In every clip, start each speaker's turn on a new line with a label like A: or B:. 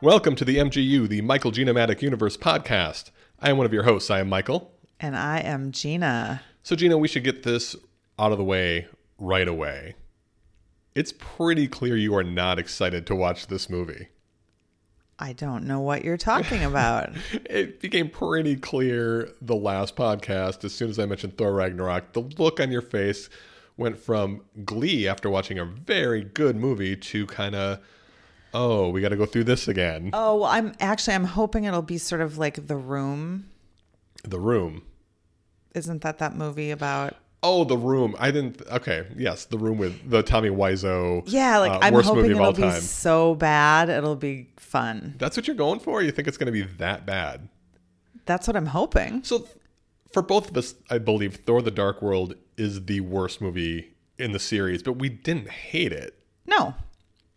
A: Welcome to the MGU, the Michael Genomatic Universe podcast. I am one of your hosts. I am Michael.
B: And I am Gina.
A: So, Gina, we should get this out of the way right away. It's pretty clear you are not excited to watch this movie.
B: I don't know what you're talking about.
A: It became pretty clear the last podcast, as soon as I mentioned Thor Ragnarok, the look on your face went from glee after watching a very good movie to kind of, oh, we got to go through this again.
B: oh, well, I'm actually I'm hoping it'll be sort of like The Room.
A: The room.
B: Isn't that that movie about?
A: Oh, the room. I didn't. Okay, yes, the room with the Tommy Wiseau.
B: Yeah, like
A: uh,
B: I'm
A: worst
B: hoping
A: movie of all
B: it'll be
A: time.
B: so bad it'll be fun.
A: That's what you're going for. You think it's going to be that bad?
B: That's what I'm hoping.
A: So, th- for both of us, I believe Thor: The Dark World is the worst movie in the series, but we didn't hate it.
B: No,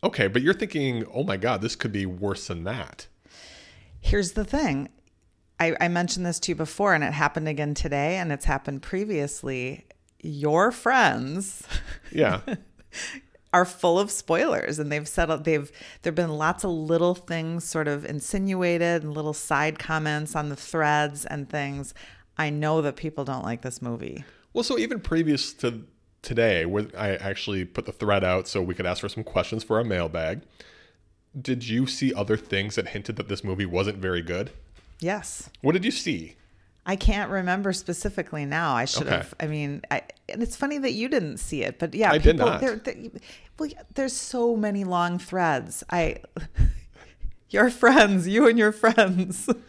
A: Okay, but you're thinking, oh my god, this could be worse than that.
B: Here's the thing. I, I mentioned this to you before, and it happened again today, and it's happened previously. Your friends
A: Yeah,
B: are full of spoilers, and they've settled. They've there've been lots of little things sort of insinuated, and little side comments on the threads and things. I know that people don't like this movie.
A: Well, so even previous to today, where I actually put the thread out so we could ask for some questions for our mailbag, did you see other things that hinted that this movie wasn't very good?
B: Yes,
A: What did you see?
B: I can't remember specifically now. I should
A: Okay.
B: have. I mean, I, and it's funny that you didn't see it, but yeah,
A: I did not.
B: There, there- well, yeah, there's so many long threads. I, your friends, you and your friends.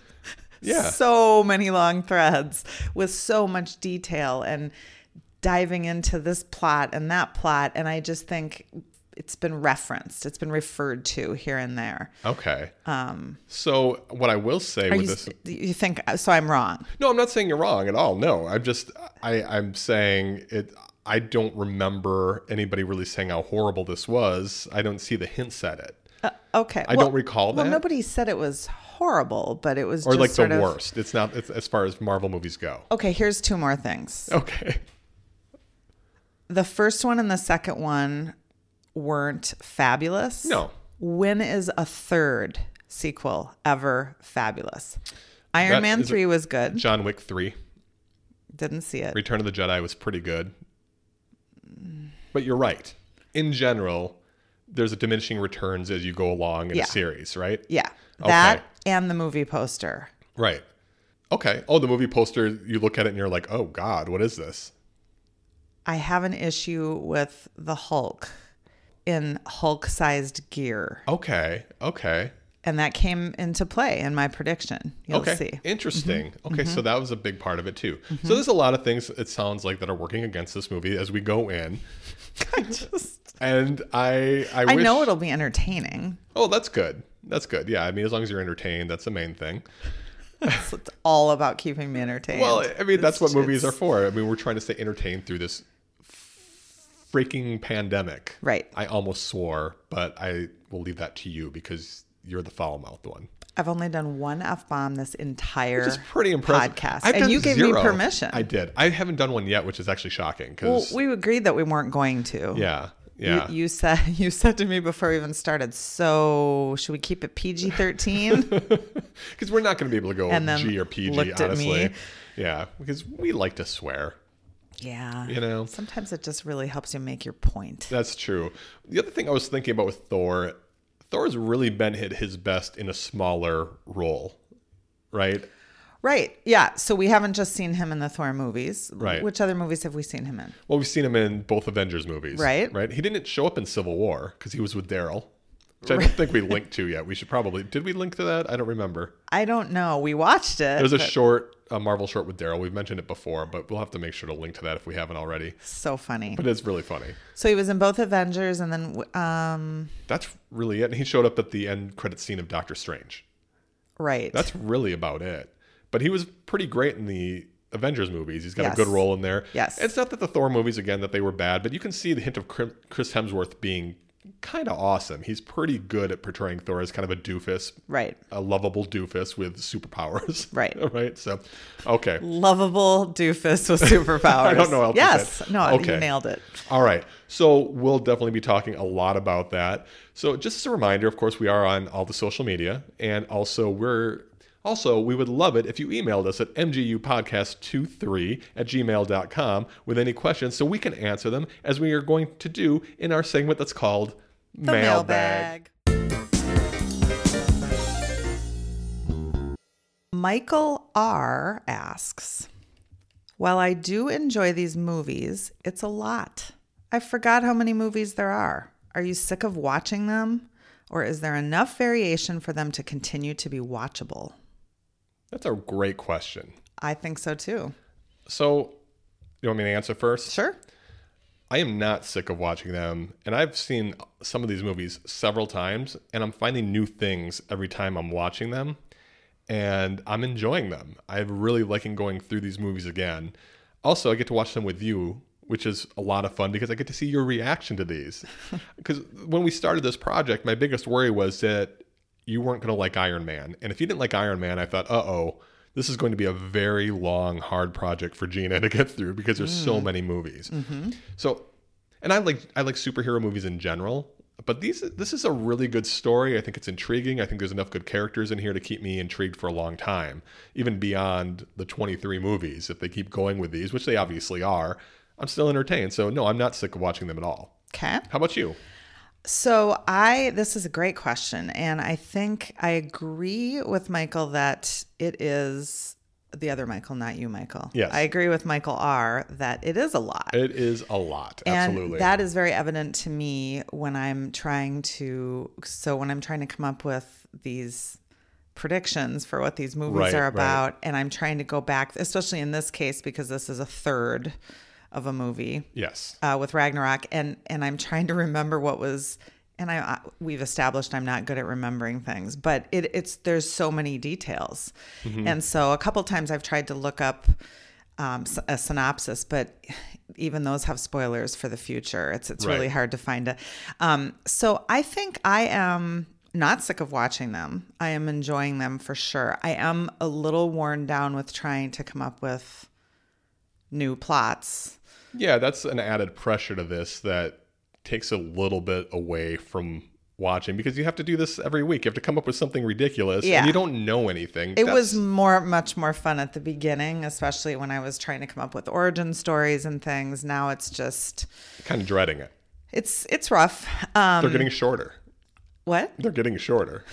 A: Yeah.
B: So many long threads with so much detail and diving into this plot and that plot. And I just think it's been referenced, it's been referred to here and there.
A: Okay. Um. So what I will say
B: Are
A: with
B: you,
A: this,
B: you think so? I'm wrong.
A: no, I'm not saying you're wrong at all. No, I'm just I I'm saying it. I don't remember anybody really saying how horrible this was. I don't see the hints at it,
B: Uh, okay.
A: I don't recall
B: Well,
A: that.
B: nobody said it was horrible, but it was
A: or
B: just
A: like
B: sort
A: the
B: of-
A: worst. It's not it's, as far as Marvel movies go.
B: Okay, here's two more things.
A: Okay.
B: The first one and the second one weren't fabulous.
A: No.
B: When is a third sequel ever fabulous? Iron
A: That
B: Man
A: is a-
B: 3 was good.
A: John Wick three.
B: Didn't see it.
A: Return of the Jedi was pretty good. But you're right. In general, there's a diminishing returns as you go along in
B: Yeah.
A: a series, right?
B: Yeah.
A: Okay.
B: That and the movie poster.
A: Right. Okay. Oh, the movie poster, you look at it and you're like, oh God, what is this?
B: I have an issue with the Hulk in Hulk sized gear.
A: Okay. Okay.
B: And that came into play in my prediction. You'll
A: okay.
B: see. Mm-hmm.
A: Interesting. Okay. So that was a big part of it too. So there's a lot of things it sounds like that are working against this movie as we go in.
B: I just
A: And I I,
B: I
A: wish,
B: know it'll be entertaining.
A: Oh, that's good. That's good. Yeah. I mean, as long as you're entertained, that's the main thing.
B: It's, it's all about keeping me entertained.
A: Well, I mean, that's what
B: It's-
A: movies are
B: it's-
A: for. I mean, we're trying to stay entertained through this freaking pandemic.
B: Right.
A: I almost swore, but I will leave that to you because you're the foul mouth one.
B: I've only done one f bomb this entire.
A: It's pretty impressive.
B: podcast.
A: I've
B: And
A: done
B: you gave me
A: zero.
B: permission.
A: I did. I haven't done one yet, which is actually shocking
B: Well,
A: because
B: we agreed that we weren't going to.
A: yeah,
B: You-
A: yeah.
B: You, said you said to me before we even started. So should we keep it PG thirteen?
A: Because we're not going to be able to go
B: And then
A: G or PG,
B: looked at me.
A: honestly. Yeah, because we like to swear.
B: yeah.
A: You know.
B: Sometimes it just really helps you make your point.
A: That's true. The other thing I was thinking about with Thor, Thor's really been hit his best in a smaller role, right?
B: Right. Yeah. So we haven't just seen him in the Thor movies.
A: Right.
B: Which other movies have we seen him in?
A: Well, we've seen him in both Avengers movies,
B: Right.
A: Right. He didn't show up in Civil War because he was with Daryl, which I don't think we linked to yet. We should probably did we link to that? I don't remember.
B: I don't know. We watched it.
A: There's a
B: but-
A: short, a Marvel short with Daryl. We've mentioned it before, but we'll have to make sure to link to that if we haven't already.
B: so funny.
A: But it's really funny.
B: So he was in both Avengers, and then um,
A: That's really it. And he showed up at the end credit scene of Doctor Strange.
B: right.
A: That's really about it. But he was pretty great in the Avengers movies. He's got
B: Yes.
A: a good role in there.
B: Yes.
A: It's not that the Thor movies again that they were bad, but you can see the hint of Cri- Chris Hemsworth being kind of awesome. He's pretty good at portraying Thor as kind of a doofus,
B: Right.
A: a lovable doofus with superpowers.
B: Right.
A: right. So, okay.
B: Lovable doofus with superpowers.
A: I don't know how to put
B: Yes.
A: that.
B: No,
A: Okay.
B: you nailed it.
A: All right. So we'll definitely be talking a lot about that. So just as a reminder, of course, we are on all the social media and also we're also we would love it if you emailed us at mgupodcast23 at gmail.com with any questions so we can answer them as we are going to do in our segment that's called
B: The Michael R. asks, While I do enjoy these movies, it's a lot. I forgot how many movies there are. Are you sick of watching them? Or is there enough variation for them to continue to be watchable?
A: That's a great question.
B: I think so too.
A: So you want me to answer first?
B: Sure.
A: I am not sick of watching them, and I've seen some of these movies several times, and I'm finding new things every time I'm watching them, and I'm enjoying them. I'm really liking going through these movies again. Also, I get to watch them with you, which is a lot of fun because I get to see your reaction to these. Because when we started this project, my biggest worry was that you weren't going to like Iron Man, and if you didn't like Iron Man, I thought, uh oh. This is going to be a very long, hard project for Gina to get through because there's so many movies. So, and I like I like superhero movies in general, but these this is a really good story. I think it's intriguing. I think there's enough good characters in here to keep me intrigued for a long time, even beyond the 23 movies. If they keep going with these, which they obviously are, I'm still entertained. So no, I'm not sick of watching them at all.
B: Okay.
A: How about you?
B: So I this is a great question and I think I agree with Michael that it is the other Michael, not you, Michael.
A: Yes.
B: I agree with Michael R that it is a lot.
A: It is a lot,
B: and
A: absolutely.
B: that is very evident to me when I'm trying to so when I'm trying to come up with these predictions for what these movies
A: Right,
B: are
A: right.
B: about and I'm trying to go back especially in this case because this is a third of a movie
A: yes,
B: uh, with Ragnarok, and and I'm trying to remember what was. And I, I we've established I'm not good at remembering things, but it, it's there's so many details, and so a couple times I've tried to look up um, s- a synopsis, but even those have spoilers for the future. It's it's really
A: Right.
B: hard to find a. Um, so I think I am not sick of watching them. I am enjoying them for sure. I am a little worn down with trying to come up with new plots.
A: yeah, that's an added pressure to this that takes a little bit away from watching because you have to do this every week. You have to come up with something ridiculous,
B: Yeah.
A: and you don't know anything.
B: It
A: That's-
B: was more, much more fun at the beginning, especially when I was trying to come up with origin stories and things. Now it's just,
A: kind of dreading it.
B: it's it's rough. Um,
A: They're getting shorter.
B: what?
A: They're getting shorter.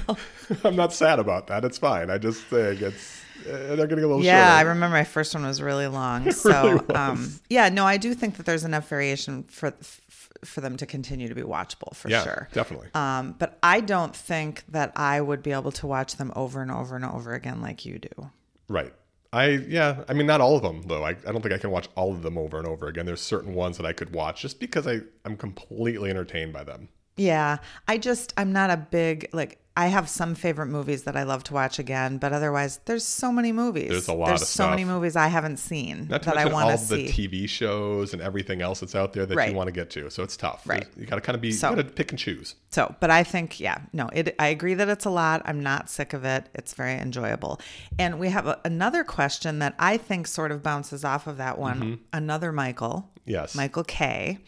A: I'm not sad about that. It's fine. I just think it's uh, they're getting a little
B: Yeah, I
A: shorter.
B: remember my first one was really long. So, um, yeah, no, I do think that there's enough variation for f- for them to continue to be watchable for
A: yeah,
B: sure.
A: definitely.
B: Um, but I don't think that I would be able to watch them over and over and over again like you do.
A: right. I yeah. I mean, not all of them though. I, I don't think I can watch all of them over and over again. There's certain ones that I could watch just because I I'm completely entertained by them.
B: Yeah, I just I'm not a big like I have some favorite movies that I love to watch again, but otherwise there's so many movies.
A: There's a lot
B: There's
A: of
B: so many
A: stuff.
B: movies I haven't seen
A: Not to
B: that I
A: mention
B: want
A: all
B: to
A: the
B: see.
A: TV shows and everything else that's out there that
B: Right.
A: you want to get to. So it's tough.
B: Right.
A: You got to kind of be
B: So-
A: you got to pick and choose.
B: so, but I think yeah, no, it I agree that it's a lot. I'm not sick of it. It's very enjoyable. And we have a, another question that I think sort of bounces off of that one.
A: Mm-hmm.
B: Another Michael.
A: Yes.
B: Michael K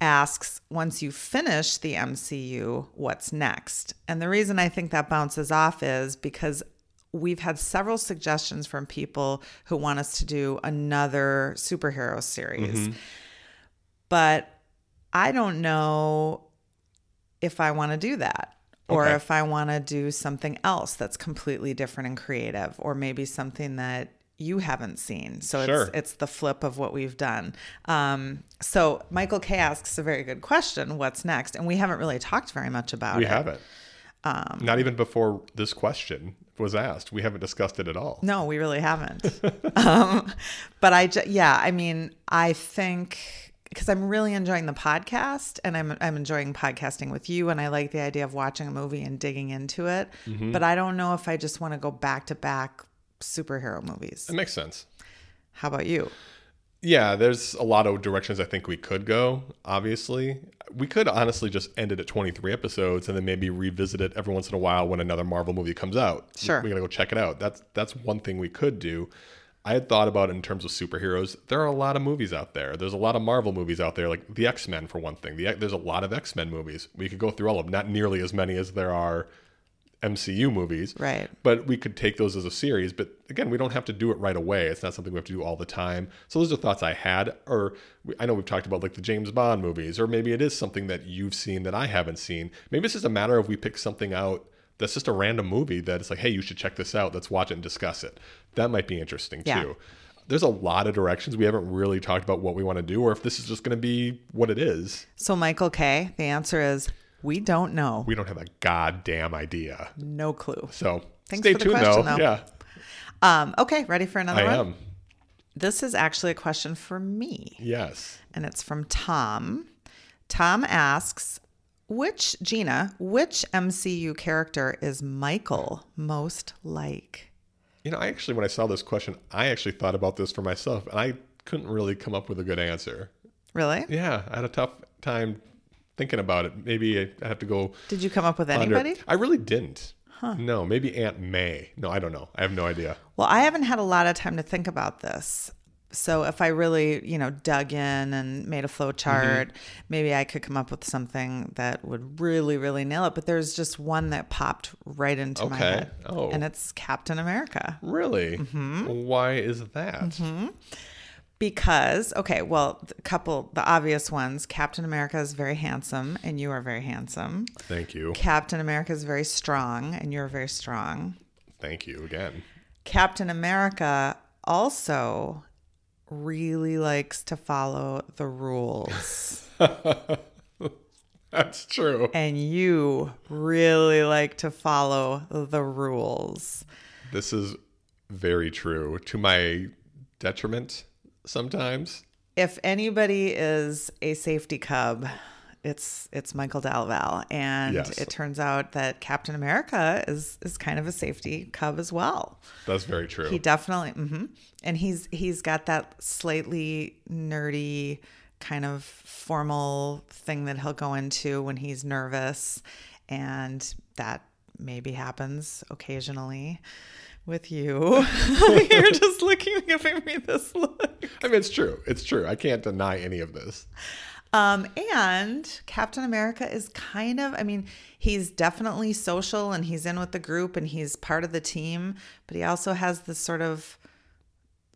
B: asks, once you finish the MCU, what's next? And the reason I think that bounces off is because we've had several suggestions from people who want us to do another superhero series.
A: Mm-hmm.
B: But I don't know if I want to do that. Or
A: Okay.
B: if I want to do something else that's completely different and creative, or maybe something that you haven't seen. So
A: Sure.
B: it's it's the flip of what we've done. Um, so Michael K asks a very good question: What's next? And we haven't really talked very much about
A: We
B: it.
A: haven't. Not even before this question was asked. We haven't discussed it at all.
B: No, we really haven't. um, but I, ju- yeah, I mean, I think because I'm really enjoying the podcast and I'm I'm enjoying podcasting with you, and I like the idea of watching a movie and digging into it. But I don't know if I just want to go back to back superhero movies.
A: It makes sense.
B: How about you?
A: yeah, there's a lot of directions I think we could go. Obviously, we could honestly just end it at 23 episodes and then maybe revisit it every once in a while when another Marvel movie comes out.
B: Sure.
A: We, we gotta go check it out. That's that's one thing we could do. I had thought about it in terms of superheroes. There are a lot of movies out there. There's a lot of Marvel movies out there, like the X Men for one thing. The, there's a lot of X Men movies. We could go through all of them. Not nearly as many as there are MCU movies.
B: Right.
A: But we could take those as a series. But again, we don't have to do it right away. It's not something we have to do all the time. So those are thoughts I had. Or we, I know we've talked about like the James Bond movies, or maybe it is something that you've seen that I haven't seen. Maybe it's just a matter of we pick something out that's just a random movie that it's like, hey, you should check this out. Let's watch it and discuss it. That might be interesting
B: Yeah.
A: too. There's a lot of directions we haven't really talked about what we want to do, or if this is just going to be what it is.
B: So, Michael K., the answer is we don't know.
A: We don't have a goddamn idea.
B: No clue.
A: So
B: Thanks
A: stay
B: for the
A: tuned
B: question,
A: though.
B: though.
A: Yeah,
B: Um, okay, ready for another
A: I
B: one?
A: am.
B: This is actually a question for me,
A: Yes.
B: and it's from Tom. Tom asks, which Gina, which MCU character is Michael most like?
A: You know, I actually, when I saw this question, I actually thought about this for myself, and I couldn't really come up with a good answer.
B: Really?
A: Yeah, I had a tough time thinking about it. Maybe I- I have to go
B: Did you come up with
A: under.
B: anybody?
A: I really didn't. No, maybe Aunt May. No, I don't know. I have no idea.
B: Well, I haven't had a lot of time to think about this. So if I really, you know, dug in and made a flow chart,
A: Mm-hmm.
B: maybe I could come up with something that would really, really nail it. But there's just one that popped right into my
A: Okay.
B: head.
A: Oh.
B: And it's Captain America.
A: Really? Mm-hmm. Why is that?
B: Mm-hmm. Because, okay, well, a couple, the obvious ones Captain America is very handsome, and you are very handsome.
A: Thank you.
B: Captain America is very strong, and you're very strong.
A: Thank you again.
B: Captain America also really likes to follow the rules.
A: That's true.
B: and you really like to follow the rules.
A: This is very true to my detriment sometimes.
B: If anybody is a safety cub, it's it's Michael Dalval. And
A: Yes.
B: it turns out that Captain America is is kind of a safety cub as well.
A: That's very true.
B: He definitely, hmm and he's he's got that slightly nerdy kind of formal thing that he'll go into when he's nervous, and that maybe happens occasionally with you. You're just looking, giving me this look.
A: I mean, it's true. It's true. I can't deny any of this.
B: Um, and Captain America is kind of, I mean, he's definitely social and he's in with the group and he's part of the team, but he also has this sort of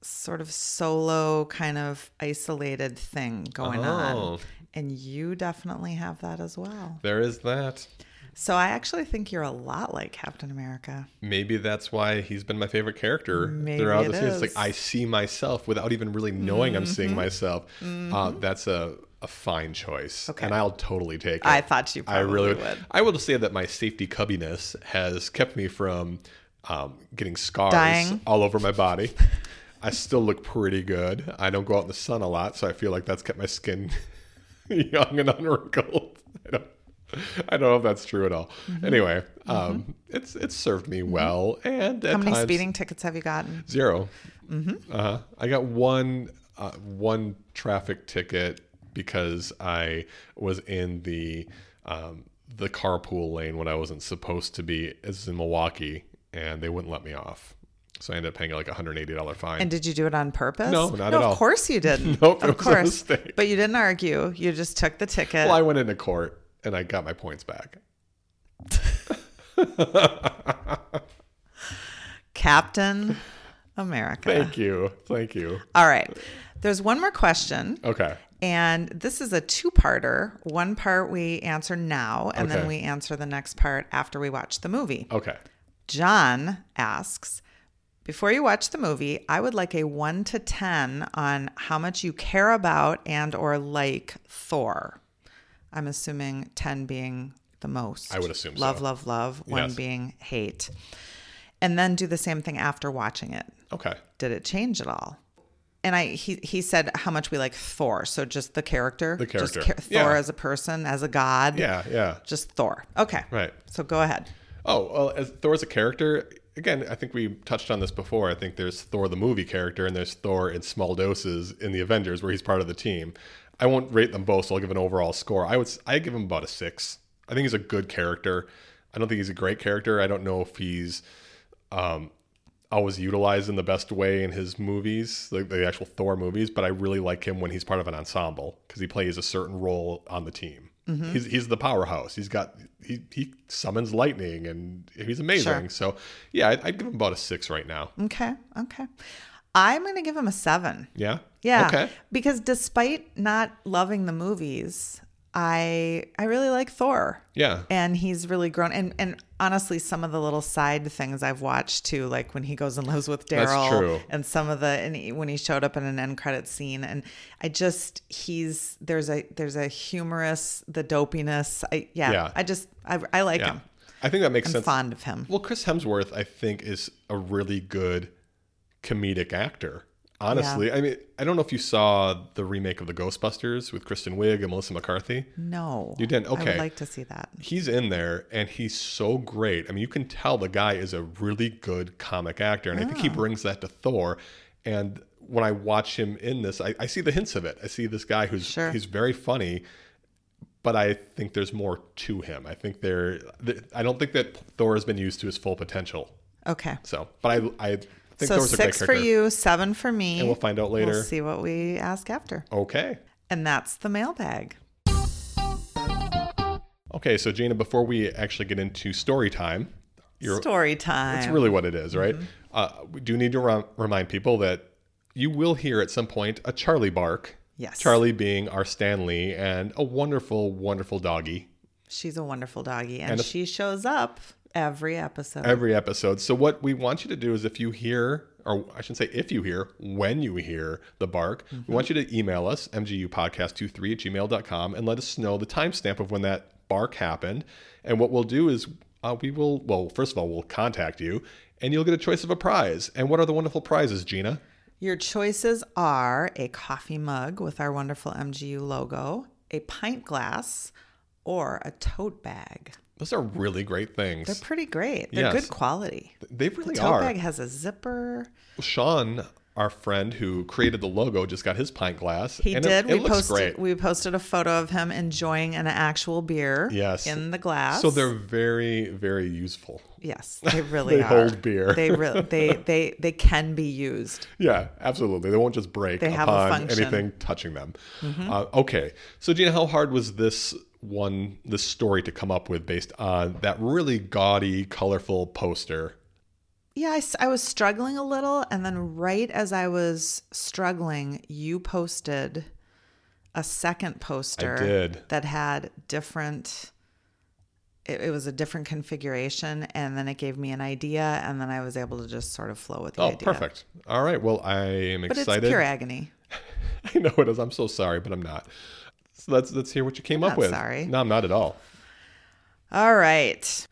B: sort of solo kind of isolated thing going
A: Oh.
B: on. And you definitely have that as well.
A: There is that.
B: So I actually think you're a lot like Captain America.
A: Maybe that's why he's been my favorite character
B: Maybe
A: throughout
B: it
A: the series. It's
B: is. Mm-hmm.
A: like I see myself without even really knowing I'm seeing myself. Uh, that's a, a fine choice.
B: Okay.
A: And I'll totally take it.
B: I thought you
A: I
B: probably
A: really
B: would.
A: I will just say that my safety cubbiness has kept me from um, getting scars
B: Dying.
A: all over my body. I still look pretty good. I don't go out in the sun a lot, so I feel like that's kept my skin young and unwrinkled. I don't, I don't know if that's true at all.
B: Mm-hmm.
A: Anyway, um, it's it's served me well, and at
B: How many
A: times,
B: speeding tickets have you gotten?
A: 0 Uh-huh. I got one uh, one traffic ticket because I was in the um, the carpool lane when I wasn't supposed to be. This is in Milwaukee, and they wouldn't let me off, so I ended up paying like a hundred eighty dollar fine.
B: And did you do it on purpose?
A: No, not at all.
B: Of course you didn't.
A: Nope, it
B: of
A: was a
B: course.
A: mistake.
B: But you didn't argue. You just took the ticket.
A: well, I went into court and I got my points back.
B: Captain America.
A: Thank you, thank you.
B: All right. There's one more question,
A: Okay,
B: and this is a two parter. One part we answer now, and
A: Okay.
B: then we answer the next part after we watch the movie.
A: okay.
B: John asks Before you watch the movie, I would like a 1 to 10 on how much you care about and or like Thor. I'm assuming 10 being the most.
A: I would assume
B: love,
A: so.
B: love, love. 1
A: Yes.
B: being hate. And then do the same thing after watching it
A: Okay.
B: did it change at all? And I he he said how much we like Thor, so just the character,
A: The
B: just
A: character.
B: Thor
A: Yeah.
B: as a person, as a god,
A: Yeah, yeah.
B: just Thor. Okay,
A: Right.
B: So go ahead.
A: Oh, well, as Thor as a character, again, I think we touched on this before. I think there's Thor the movie character, and there's Thor in small doses in the Avengers, where he's part of the team. I won't rate them both, so I'll give an overall score. I would s- I give him about a six. I think he's a good character. I don't think he's a great character. I don't know if he's um, always utilized in the best way in his movies, like the actual Thor movies. But I really like him when he's part of an ensemble because he plays a certain role on the team.
B: Mm-hmm.
A: He's, he's the powerhouse. He's got he, he summons lightning and he's amazing.
B: Sure.
A: So yeah, I'd, I'd give him about a six right now.
B: Okay. Okay. I'm going to give him a seven.
A: Yeah.
B: Yeah.
A: Okay.
B: Because despite not loving the movies, I I really like Thor.
A: Yeah.
B: And he's really grown and and honestly some of the little side things I've watched too, like when he goes and lives with
A: That's true.
B: Daryl and some of the and he, when he showed up in an end credit scene and I just he's there's a there's a humorous the dopiness. I yeah,
A: Yeah.
B: I just I I like
A: Yeah.
B: him.
A: I think that makes
B: I'm
A: sense.
B: fond of him.
A: Well, Chris Hemsworth, I think, is a really good comedic actor. Honestly, I mean, I don't know if you saw the remake of the Ghostbusters with Kristen Wiig and Melissa McCarthy.
B: No.
A: You didn't?
B: I
A: Okay.
B: would like to see that.
A: He's in there, and he's so great. I mean, you can tell the guy is a really good comic actor, and I think he brings that to Thor. And when I watch him in this, I, I see the hints of it. I see this guy who's
B: Sure.
A: he's very funny, but I think there's more to him. I think there, th- I don't think that Thor has been used to his full potential
B: Okay.
A: so, but I I think
B: So
A: there was a great
B: six for
A: character.
B: you, seven for me.
A: And we'll find out later.
B: We'll see what we ask after.
A: Okay.
B: And that's the mailbag.
A: Okay, so Gina, before we actually get into story time, you're,
B: Story time.
A: that's really what it is, right? Uh, we do need to rom- remind people that you will hear at some point a Charlie bark.
B: Yes.
A: Charlie being our Stanley and a wonderful, wonderful doggy
B: She's a wonderful doggie, and, she shows up every episode.
A: every episode. So, what we want you to do is if you hear, or I shouldn't say if you hear, when you hear the bark, we want you to email us, mgupodcast23 at gmail.com, and let us know the timestamp of when that bark happened. And what we'll do is uh, we will, well, first of all, we'll contact you and you'll get a choice of a prize. And what are the wonderful prizes, Gina?
B: Your choices are a coffee mug with our wonderful MGU logo, a pint glass, or a tote bag.
A: Those are really great things.
B: They're pretty great. They're
A: Yes.
B: good quality.
A: they really
B: tote
A: are.
B: bag has a zipper.
A: Sean, our friend who created the logo, just got his pint glass.
B: He
A: and
B: did.
A: It, it
B: we
A: looks
B: posted
A: great.
B: we posted a photo of him enjoying an actual beer
A: Yes.
B: in the glass.
A: So they're very, very useful.
B: Yes, they really
A: They
B: are.
A: hold beer.
B: They really they they they can be used.
A: Yeah, absolutely. They won't just break
B: They have a
A: upon
B: function. Mm-hmm.
A: anything touching them. Uh, okay, so Gina, how hard was this one, this story to come up with based on that really gaudy, colorful poster?
B: Yeah, I, s- I was struggling a little, and then right as I was struggling, you posted a second poster
A: did.
B: that had different. It, it was a different configuration, and then it gave me an idea, and then I was able to just sort of flow with the
A: Oh,
B: idea.
A: perfect. All right. Well, I am
B: But
A: excited.
B: it's pure agony.
A: I know it is. I'm so sorry, but I'm not. So let's let's hear what you came up
B: not
A: with.
B: sorry.
A: No, I'm not at all.
B: All right.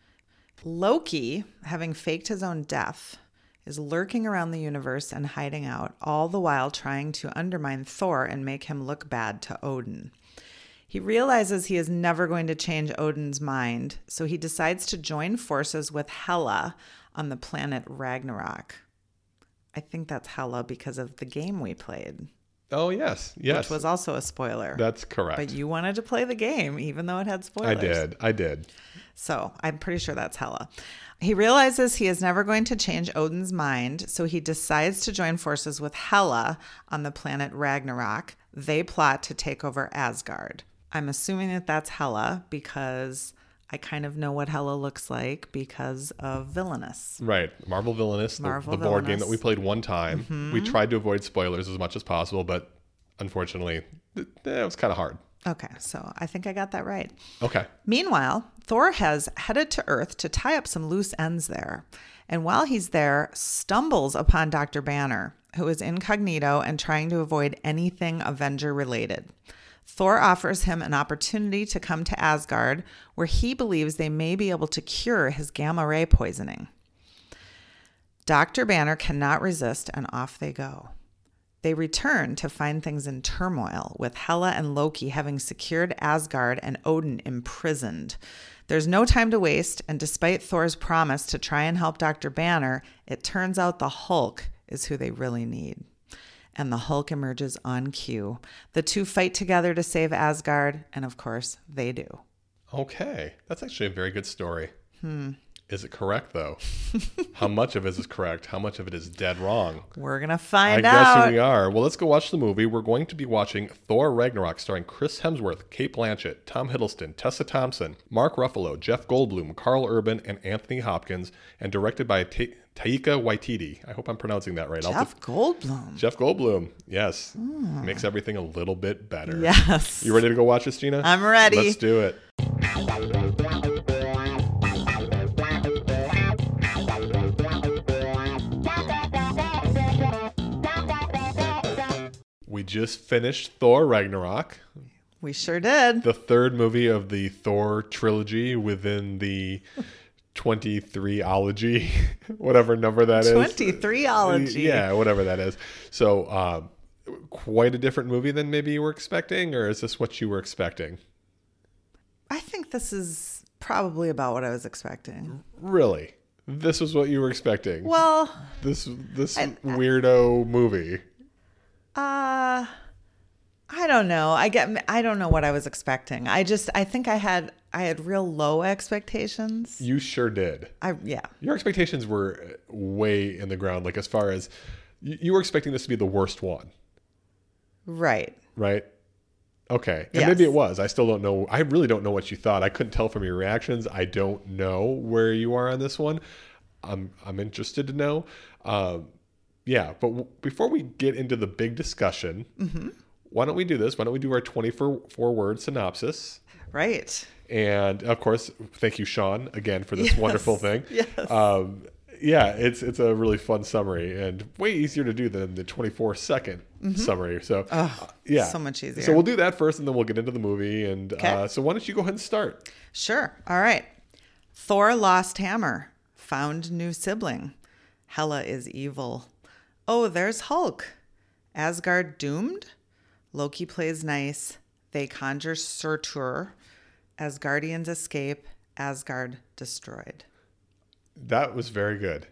B: Loki, having faked his own death, is lurking around the universe and hiding out, all the while trying to undermine Thor and make him look bad to Odin. He realizes he is never going to change Odin's mind, so he decides to join forces with Hela on the planet Ragnarok. I think that's Hela because of the game we played,
A: Oh yes, yes.
B: which was also a spoiler.
A: That's correct.
B: but you wanted to play the game, even though it had
A: I
B: spoilers.
A: did. I did.
B: So I'm pretty sure that's Hela. He realizes he is never going to change Odin's mind, so he decides to join forces with Hela on the planet Ragnarok. They plot to take over Asgard. I'm assuming that that's Hela because I kind of know what Hela looks like because of Villainous.
A: Right. Marvel Villainous, the,
B: Marvel
A: the board game that
B: Villainous. Mm-hmm.
A: we played one time. We tried to avoid spoilers as much as possible, but unfortunately, th- eh, it was kind of hard.
B: Okay, so I think I got that right.
A: Okay.
B: Meanwhile, Thor has headed to Earth to tie up some loose ends there. And while he's there, stumbles upon Dr. Banner, who is incognito and trying to avoid anything Avenger related. Thor offers him an opportunity to come to Asgard, where he believes they may be able to cure his gamma ray poisoning. Dr. Banner cannot resist, and off they go. They return to find things in turmoil, with Hela and Loki having secured Asgard and Odin imprisoned. There's no time to waste, and despite Thor's promise to try and help Dr. Banner, it turns out the Hulk is who they really need. and the Hulk emerges on cue. The two fight together to save Asgard, and of course, they do.
A: Okay. That's actually a very good story.
B: Hmm.
A: Is it correct, though? How much of it is correct? How much of it is dead wrong?
B: We're going to
A: I
B: find out.
A: guess we are. Well, let's go watch the movie. We're going to be watching Thor Ragnarok, starring Chris Hemsworth, Kate Blanchett, Tom Hiddleston, Tessa Thompson, Mark Ruffalo, Jeff Goldblum, Carl Urban, and Anthony Hopkins, and directed by Ta- Taika Waititi. I hope I'm pronouncing that right. I'll
B: Jeff Goldblum.
A: Jeff Goldblum, yes, makes everything a little bit better.
B: Yes.
A: You ready to go watch this, Gina?
B: I'm ready.
A: Let's do it. We just finished Thor Ragnarok,
B: we sure did.
A: the third movie of the Thor trilogy within the 23ology, whatever number that is.
B: 23ology.
A: Yeah, whatever that is. So, uh, quite a different movie than maybe you were expecting, or is this what you were expecting?
B: I think this is probably about what I was expecting.
A: Really, this was what you were expecting.
B: Well,
A: this this weirdo movie.
B: Uh I don't know. I get I don't know what I was expecting. I just I think I had I had real low expectations.
A: You sure did.
B: I yeah.
A: Your expectations were uh, way in the ground. Like as far as you, you were expecting this to be the worst one,
B: Right.
A: right? Okay, and
B: Yes.
A: maybe it was. I still don't know. I really don't know what you thought. I couldn't tell from your reactions. I don't know where you are on this one. I'm I'm interested to know. Um, yeah, but w- before we get into the big discussion,
B: Mm-hmm.
A: why don't we do this? Why don't we do our 24 four word synopsis?
B: Right.
A: and of course, thank you, Sean, again for this
B: Yes.
A: wonderful thing.
B: Yes.
A: Um, yeah, it's it's a really fun summary and way easier to do than the 24 second summary. So uh, yeah,
B: Mm-hmm. so much easier.
A: So we'll do that first, and then we'll get into the movie. And uh,
B: Okay.
A: so why don't you go ahead and start?
B: Sure. All right. Thor lost hammer. Found new sibling. Hela is evil. Oh, there's Hulk. Asgard doomed. Loki plays nice. They conjure Surtur. Asgardians escape. Asgard destroyed.
A: That was very good.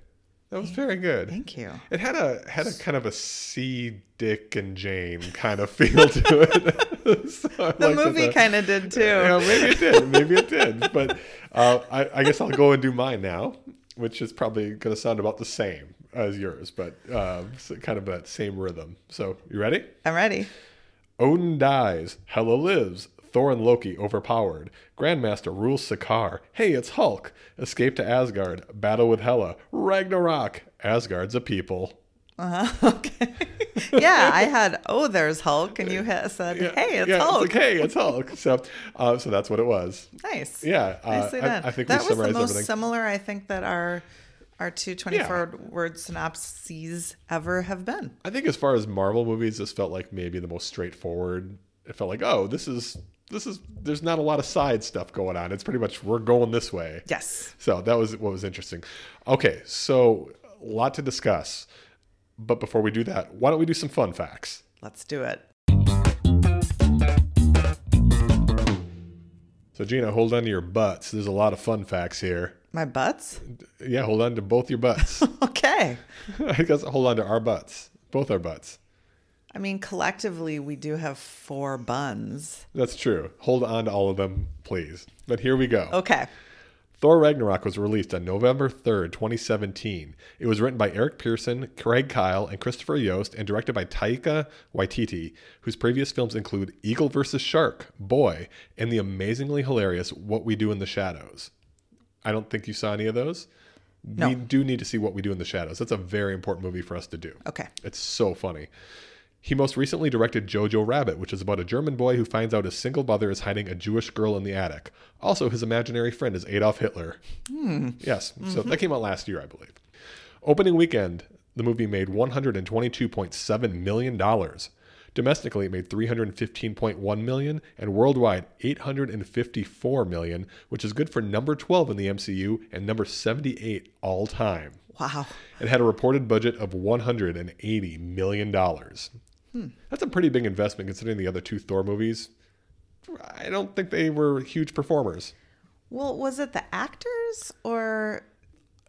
A: That was very good.
B: Thank you.
A: It had a had a kind of a C Dick and Jane kind of feel to it. So I
B: The
A: liked it
B: movie
A: there.
B: kind of did too.
A: Yeah, maybe it did. Maybe it did. But uh, I, I guess I'll go and do mine now, which is probably going to sound about the same as yours, but uh, it's kind of that same rhythm. So, you ready?
B: I'm ready.
A: Odin dies. Hela lives. Thor and Loki overpowered. Grandmaster rules Sakaar. Hey, it's Hulk. Escape to Asgard. Battle with Hela. Ragnarok. Asgard's a people.
B: Uh-huh. Okay. yeah, I had oh, there's Hulk, and you ha- said, hey, it's
A: Yeah,
B: Hulk.
A: like, hey, it's Hulk. So, uh, so that's what it was.
B: Nice.
A: Yeah, uh,
B: Nicely
A: I-
B: done.
A: I, think
B: that
A: we
B: was the
A: summarized
B: most
A: everything.
B: similar, I think, that our our two 24 word synopses ever have been.
A: I think as far as Marvel movies, this felt like maybe the most straightforward. It felt like, oh, this is this is there's not a lot of side stuff going on. It's pretty much we're going this way.
B: Yes.
A: So that was what was interesting. Okay, so a lot to discuss. But before we do that, why don't we do some fun facts?
B: Let's do it.
A: So Gina, hold on to your butts. There's a lot of fun facts here.
B: My butts?
A: Yeah, hold on to both your butts.
B: Okay.
A: I guess hold on to our butts. Both our butts.
B: I mean, collectively, we do have four buns.
A: That's true. Hold on to all of them, please. But here we go.
B: Okay.
A: Thor Ragnarok was released on November 3rd, 2017. It was written by Eric Pearson, Craig Kyle, and Christopher Yost, and directed by Taika Waititi, whose previous films include Eagle vs. Shark, Boy, and the amazingly hilarious What We Do in the Shadows. I don't think you saw any of those. We do need to see What We Do in the Shadows. That's a very important movie for us to do.
B: Okay.
A: It's so funny. He most recently directed Jojo Rabbit, which is about a German boy who finds out his single mother is hiding a Jewish girl in the attic. Also, his imaginary friend is Adolf Hitler. Yes, so that came out last year, I believe. Opening weekend, the movie made $122.7 million. Domestically, it made 315.1 million and worldwide 854 million, which is good for number 12 in the MCU and number 78 all time.
B: Wow.
A: It had a reported budget of $180 million. That's a pretty big investment considering the other two Thor movies. I don't think they were huge performers.
B: Well, was it the actors or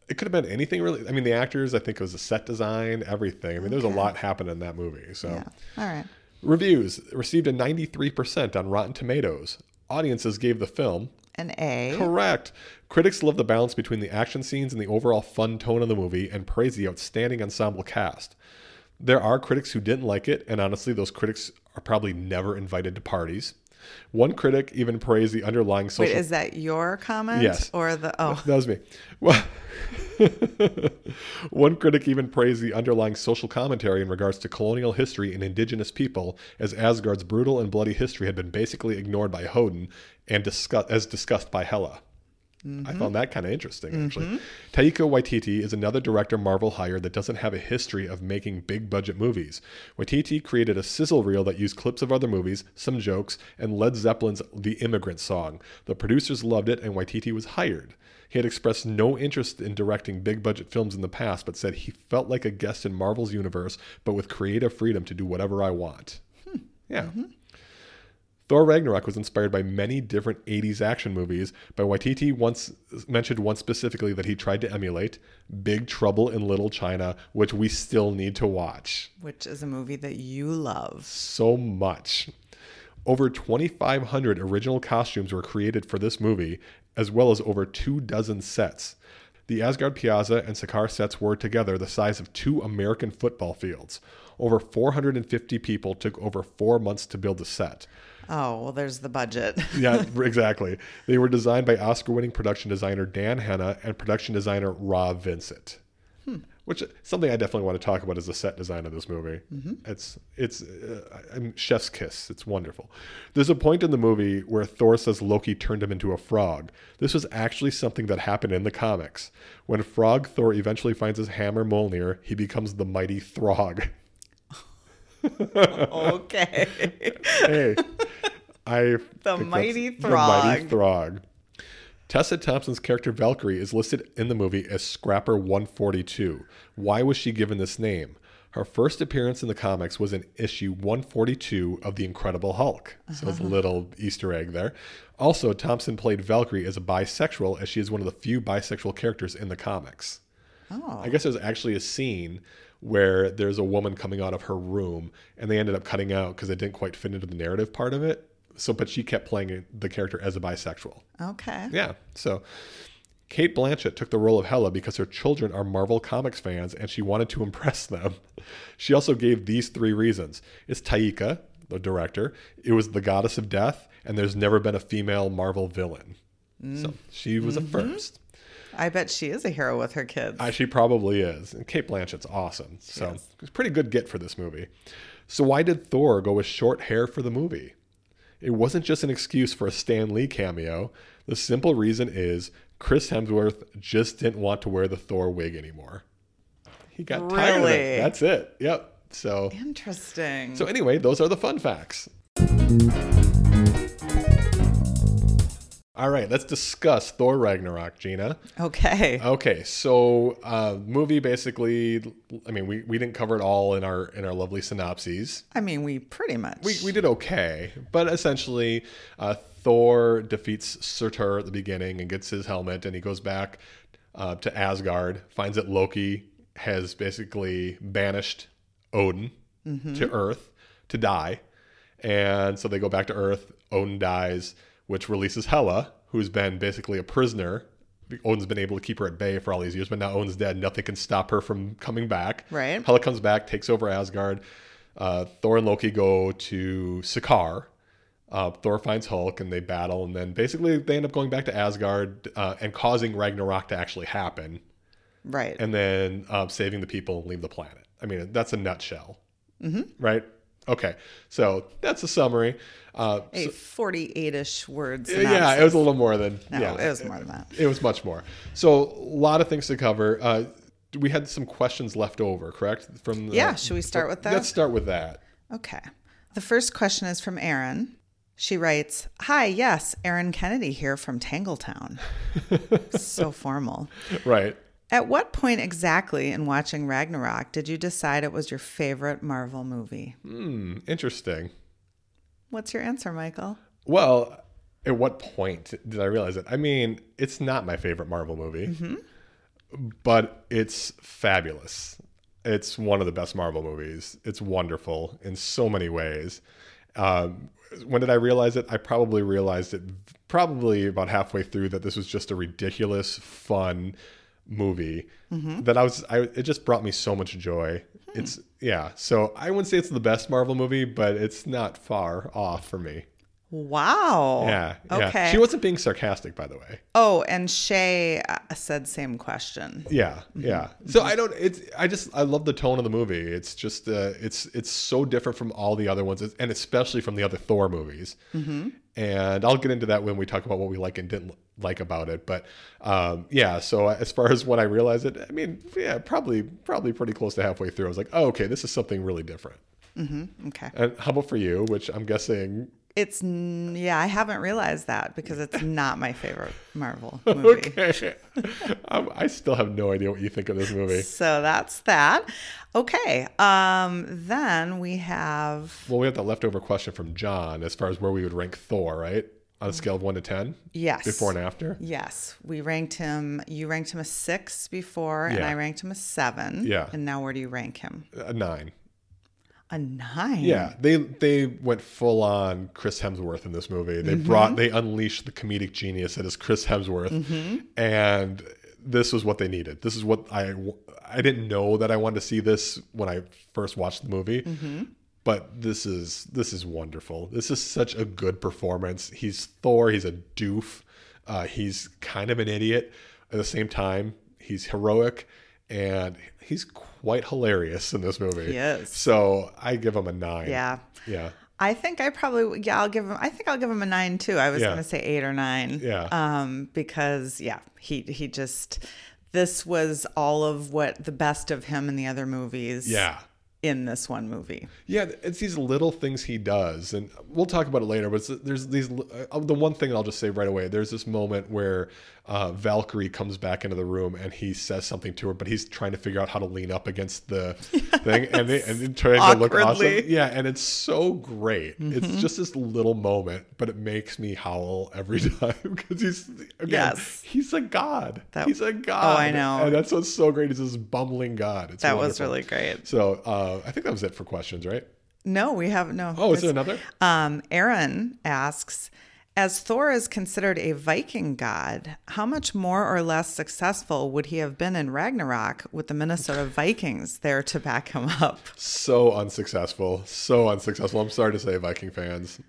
A: it could have been anything really. I mean, the actors, I think it was the set design, everything. I mean, there's a lot happened in that movie. So,
B: Yeah. All right.
A: reviews received a 93% on Rotten Tomatoes. Audiences gave the film
B: An A.
A: Correct. Critics love the balance between the action scenes and the overall fun tone of the movie and praise the outstanding ensemble cast. There are critics who didn't like it, and honestly, those critics are probably never invited to parties. One critic even praised the underlying
B: Wait,
A: social.
B: is that your comment?
A: Yes.
B: Or the oh
A: that was me. Well, One critic even praised the underlying social commentary in regards to colonial history and indigenous people, as Asgard's brutal and bloody history had been basically ignored by Hodin and discuss- as discussed by Hela. I found that kind of interesting, actually. Taika Waititi is another director Marvel hired that doesn't have a history of making big budget movies. Waititi created a sizzle reel that used clips of other movies, some jokes, and Led Zeppelin's The Immigrant Song. The producers loved it, and Waititi was hired. He had expressed no interest in directing big budget films in the past, but said he felt like a guest in Marvel's universe, but with creative freedom to do whatever I want. Yeah. Thor Ragnarok was inspired by many different 80s action movies, but Waititi once mentioned one specifically that he tried to emulate Big Trouble in Little China, which we still need to watch
B: which is a movie that you love.
A: so much. Over 2,500 original costumes were created for this movie, as well as over two dozen sets. The Asgard Piazza and Sakar sets were together the size of two American football fields. Over 450 people took over four months to build the set.
B: Oh, well there's the budget.
A: yeah, exactly. They were designed by Oscar winning production designer Dan Hanna and production designer Rob Vincent. Which something I definitely want to talk about is the set design of this movie. It's it's uh, I'm chef's kiss. It's wonderful. There's a point in the movie where Thor says Loki turned him into a frog. This was actually something that happened in the comics. When Frog Thor eventually finds his hammer Mjolnir, he becomes the mighty Throg.
B: okay.
A: hey, I think that's
B: mighty
A: The mighty
B: Throg.
A: Throg. Tessa Thompson's character Valkyrie is listed in the movie as Scrapper 142. Why was she given this name? Her first appearance in the comics was in issue 142 of The Incredible Hulk. So
B: Uh-huh.
A: it's a little Easter egg there. Also, Thompson played Valkyrie as a bisexual, as she is one of the few bisexual characters in the comics.
B: Oh.
A: I guess there's actually a scene where there's a woman coming out of her room, and they ended up cutting out because it didn't quite fit into the narrative part of it. So, but she kept playing the character as a bisexual.
B: Okay.
A: Yeah. So, Kate Blanchett took the role of Hela because her children are Marvel Comics fans and she wanted to impress them. She also gave these three reasons it's Taika, the director, it was the goddess of death, and there's never been a female Marvel villain. So, she was a first.
B: I bet she is a hero with her kids.
A: Uh, she probably is. And Kate Blanchett's awesome. So it's a pretty good get for this movie. So why did Thor go with short hair for the movie? It wasn't just an excuse for a Stan Lee cameo. The simple reason is Chris Hemsworth just didn't want to wear the Thor wig anymore. He got tired of
B: Really?
A: it. That's it. Yep. So
B: Interesting.
A: so anyway, those are the fun facts. All right, let's discuss Thor Ragnarok, Gina.
B: okay.
A: Okay, so uh, movie basically. I mean, we, we didn't cover it all in our in our lovely synopses.
B: I mean, we pretty much.
A: We, we did okay, but essentially, uh, Thor defeats Surtur at the beginning and gets his helmet, and he goes back uh, to Asgard. Finds that Loki has basically banished Odin to Earth to die, and so they go back to Earth. Odin dies, which releases Hela, who's been basically a prisoner. Odin's been able to keep her at bay for all these years, but now Odin's dead. Nothing can stop her from coming back.
B: Right.
A: Hela comes back, takes over Asgard. Uh, Thor and Loki go to Sakaar. Uh, Thor finds Hulk and they battle, and then basically they end up going back to Asgard uh, and causing Ragnarok to actually happen,
B: right.
A: and then uh, saving the people and leave the planet. I mean, that's a nutshell, mm-hmm. right? Okay, so that's a summary. Uh,
B: a 48-ish word synopsis.
A: yeah, it was a little more than
B: no,
A: yeah,
B: it was more than that.
A: it was much more. So a lot of things to cover. Uh, we had some questions left over, correct? From the,
B: Yeah, should we start with that?
A: Let's start with that.
B: Okay. The first question is from Erin. She writes, Hi, yes, Erin Kennedy here from Tangletown. so formal.
A: Right.
B: At what point exactly in watching Ragnarok did you decide it was your favorite Marvel movie?
A: Hmm, interesting.
B: What's your answer, Michael?
A: Well, at what point did I realize it? I mean, it's not my favorite Marvel movie. but it's fabulous. It's one of the best Marvel movies. It's wonderful in so many ways. Um, when did I realize it? I probably realized it probably about halfway through that this was just a ridiculous, fun movie that I was. I, it just brought me so much joy. It's yeah. So I wouldn't say it's the best Marvel movie, but it's not far off for me.
B: Wow.
A: Yeah. yeah.
B: Oh, Okay.
A: She wasn't being sarcastic, by the way.
B: oh, and Shay uh, said same question.
A: Yeah, yeah. So I don't. It's. I just. I love the tone of the movie. It's just. Uh, it's. It's so different from all the other ones, and especially from the other Thor movies. Mm-hmm. And I'll get into that when we talk about what we like and didn't like about it. But um, yeah. So as far as when I realized it, I mean, yeah, probably, probably pretty close to halfway through. I was like, oh, okay, this is something really different.
B: Okay.
A: And how about for you? Which I'm guessing.
B: It's n- yeah, I haven't realized that because it's not my favorite Marvel movie.
A: Okay. I'm- um, I still have no idea what you think of this movie.
B: So that's that. Okay. Um then we have
A: Well, we have the leftover question from John as far as where we would rank Thor, right? On a scale of one to ten,
B: yes.
A: before and after.
B: Yes, we ranked him. You ranked him a six before, and
A: Yeah.
B: I ranked him a seven.
A: Yeah.
B: And now where do you rank him?
A: A Uh, nine.
B: A nine.
A: Yeah, they they went full on Chris Hemsworth in this movie.
B: Mm-hmm.
A: They brought they unleashed the comedic genius that is Chris Hemsworth,
B: Mm-hmm.
A: and this was what they needed. This is what I I didn't know that I wanted to see this when I first watched the movie.
B: Mm-hmm.
A: But this is this is wonderful. This is such a good performance. He's Thor. He's a doof. Uh, he's kind of an idiot. At the same time, he's heroic, and he's quite hilarious in this movie.
B: He is.
A: So I give him a nine.
B: Yeah.
A: Yeah.
B: I think I probably yeah I'll give him I think I'll give him a nine too. I was
A: Yeah.
B: gonna say eight or nine.
A: Yeah.
B: Um, because yeah, he he just this was all of what the best of him in the other movies.
A: Yeah.
B: In this one movie.
A: Yeah. It's these little things he does. And we'll talk about it later, but it's, there's these. Uh, the one thing I'll just say right away there's this moment where uh, Valkyrie comes back into the room and he says something to her, but he's trying to figure out how to lean up against the thing and, they, and trying to look awesome.
B: Awkwardly. Mm-hmm.
A: Yeah. And it's so great. It's just this little moment, but it makes me howl every time because he's, again,
B: Yes.
A: he's a god.
B: That- oh,
A: he's a god.
B: I know.
A: And that's what's so great is this bumbling god. It's
B: That was
A: wonderful.
B: really great.
A: So uh, I think that was it for questions, right?
B: No, we have no.
A: Oh, is
B: there's-
A: there another?
B: Um, Aaron asks, as Thor is considered a Viking god, how much more or less successful would he have been in Ragnarok with the Minnesota Vikings there to back him up?
A: So unsuccessful. So unsuccessful. I'm sorry to say, Viking fans.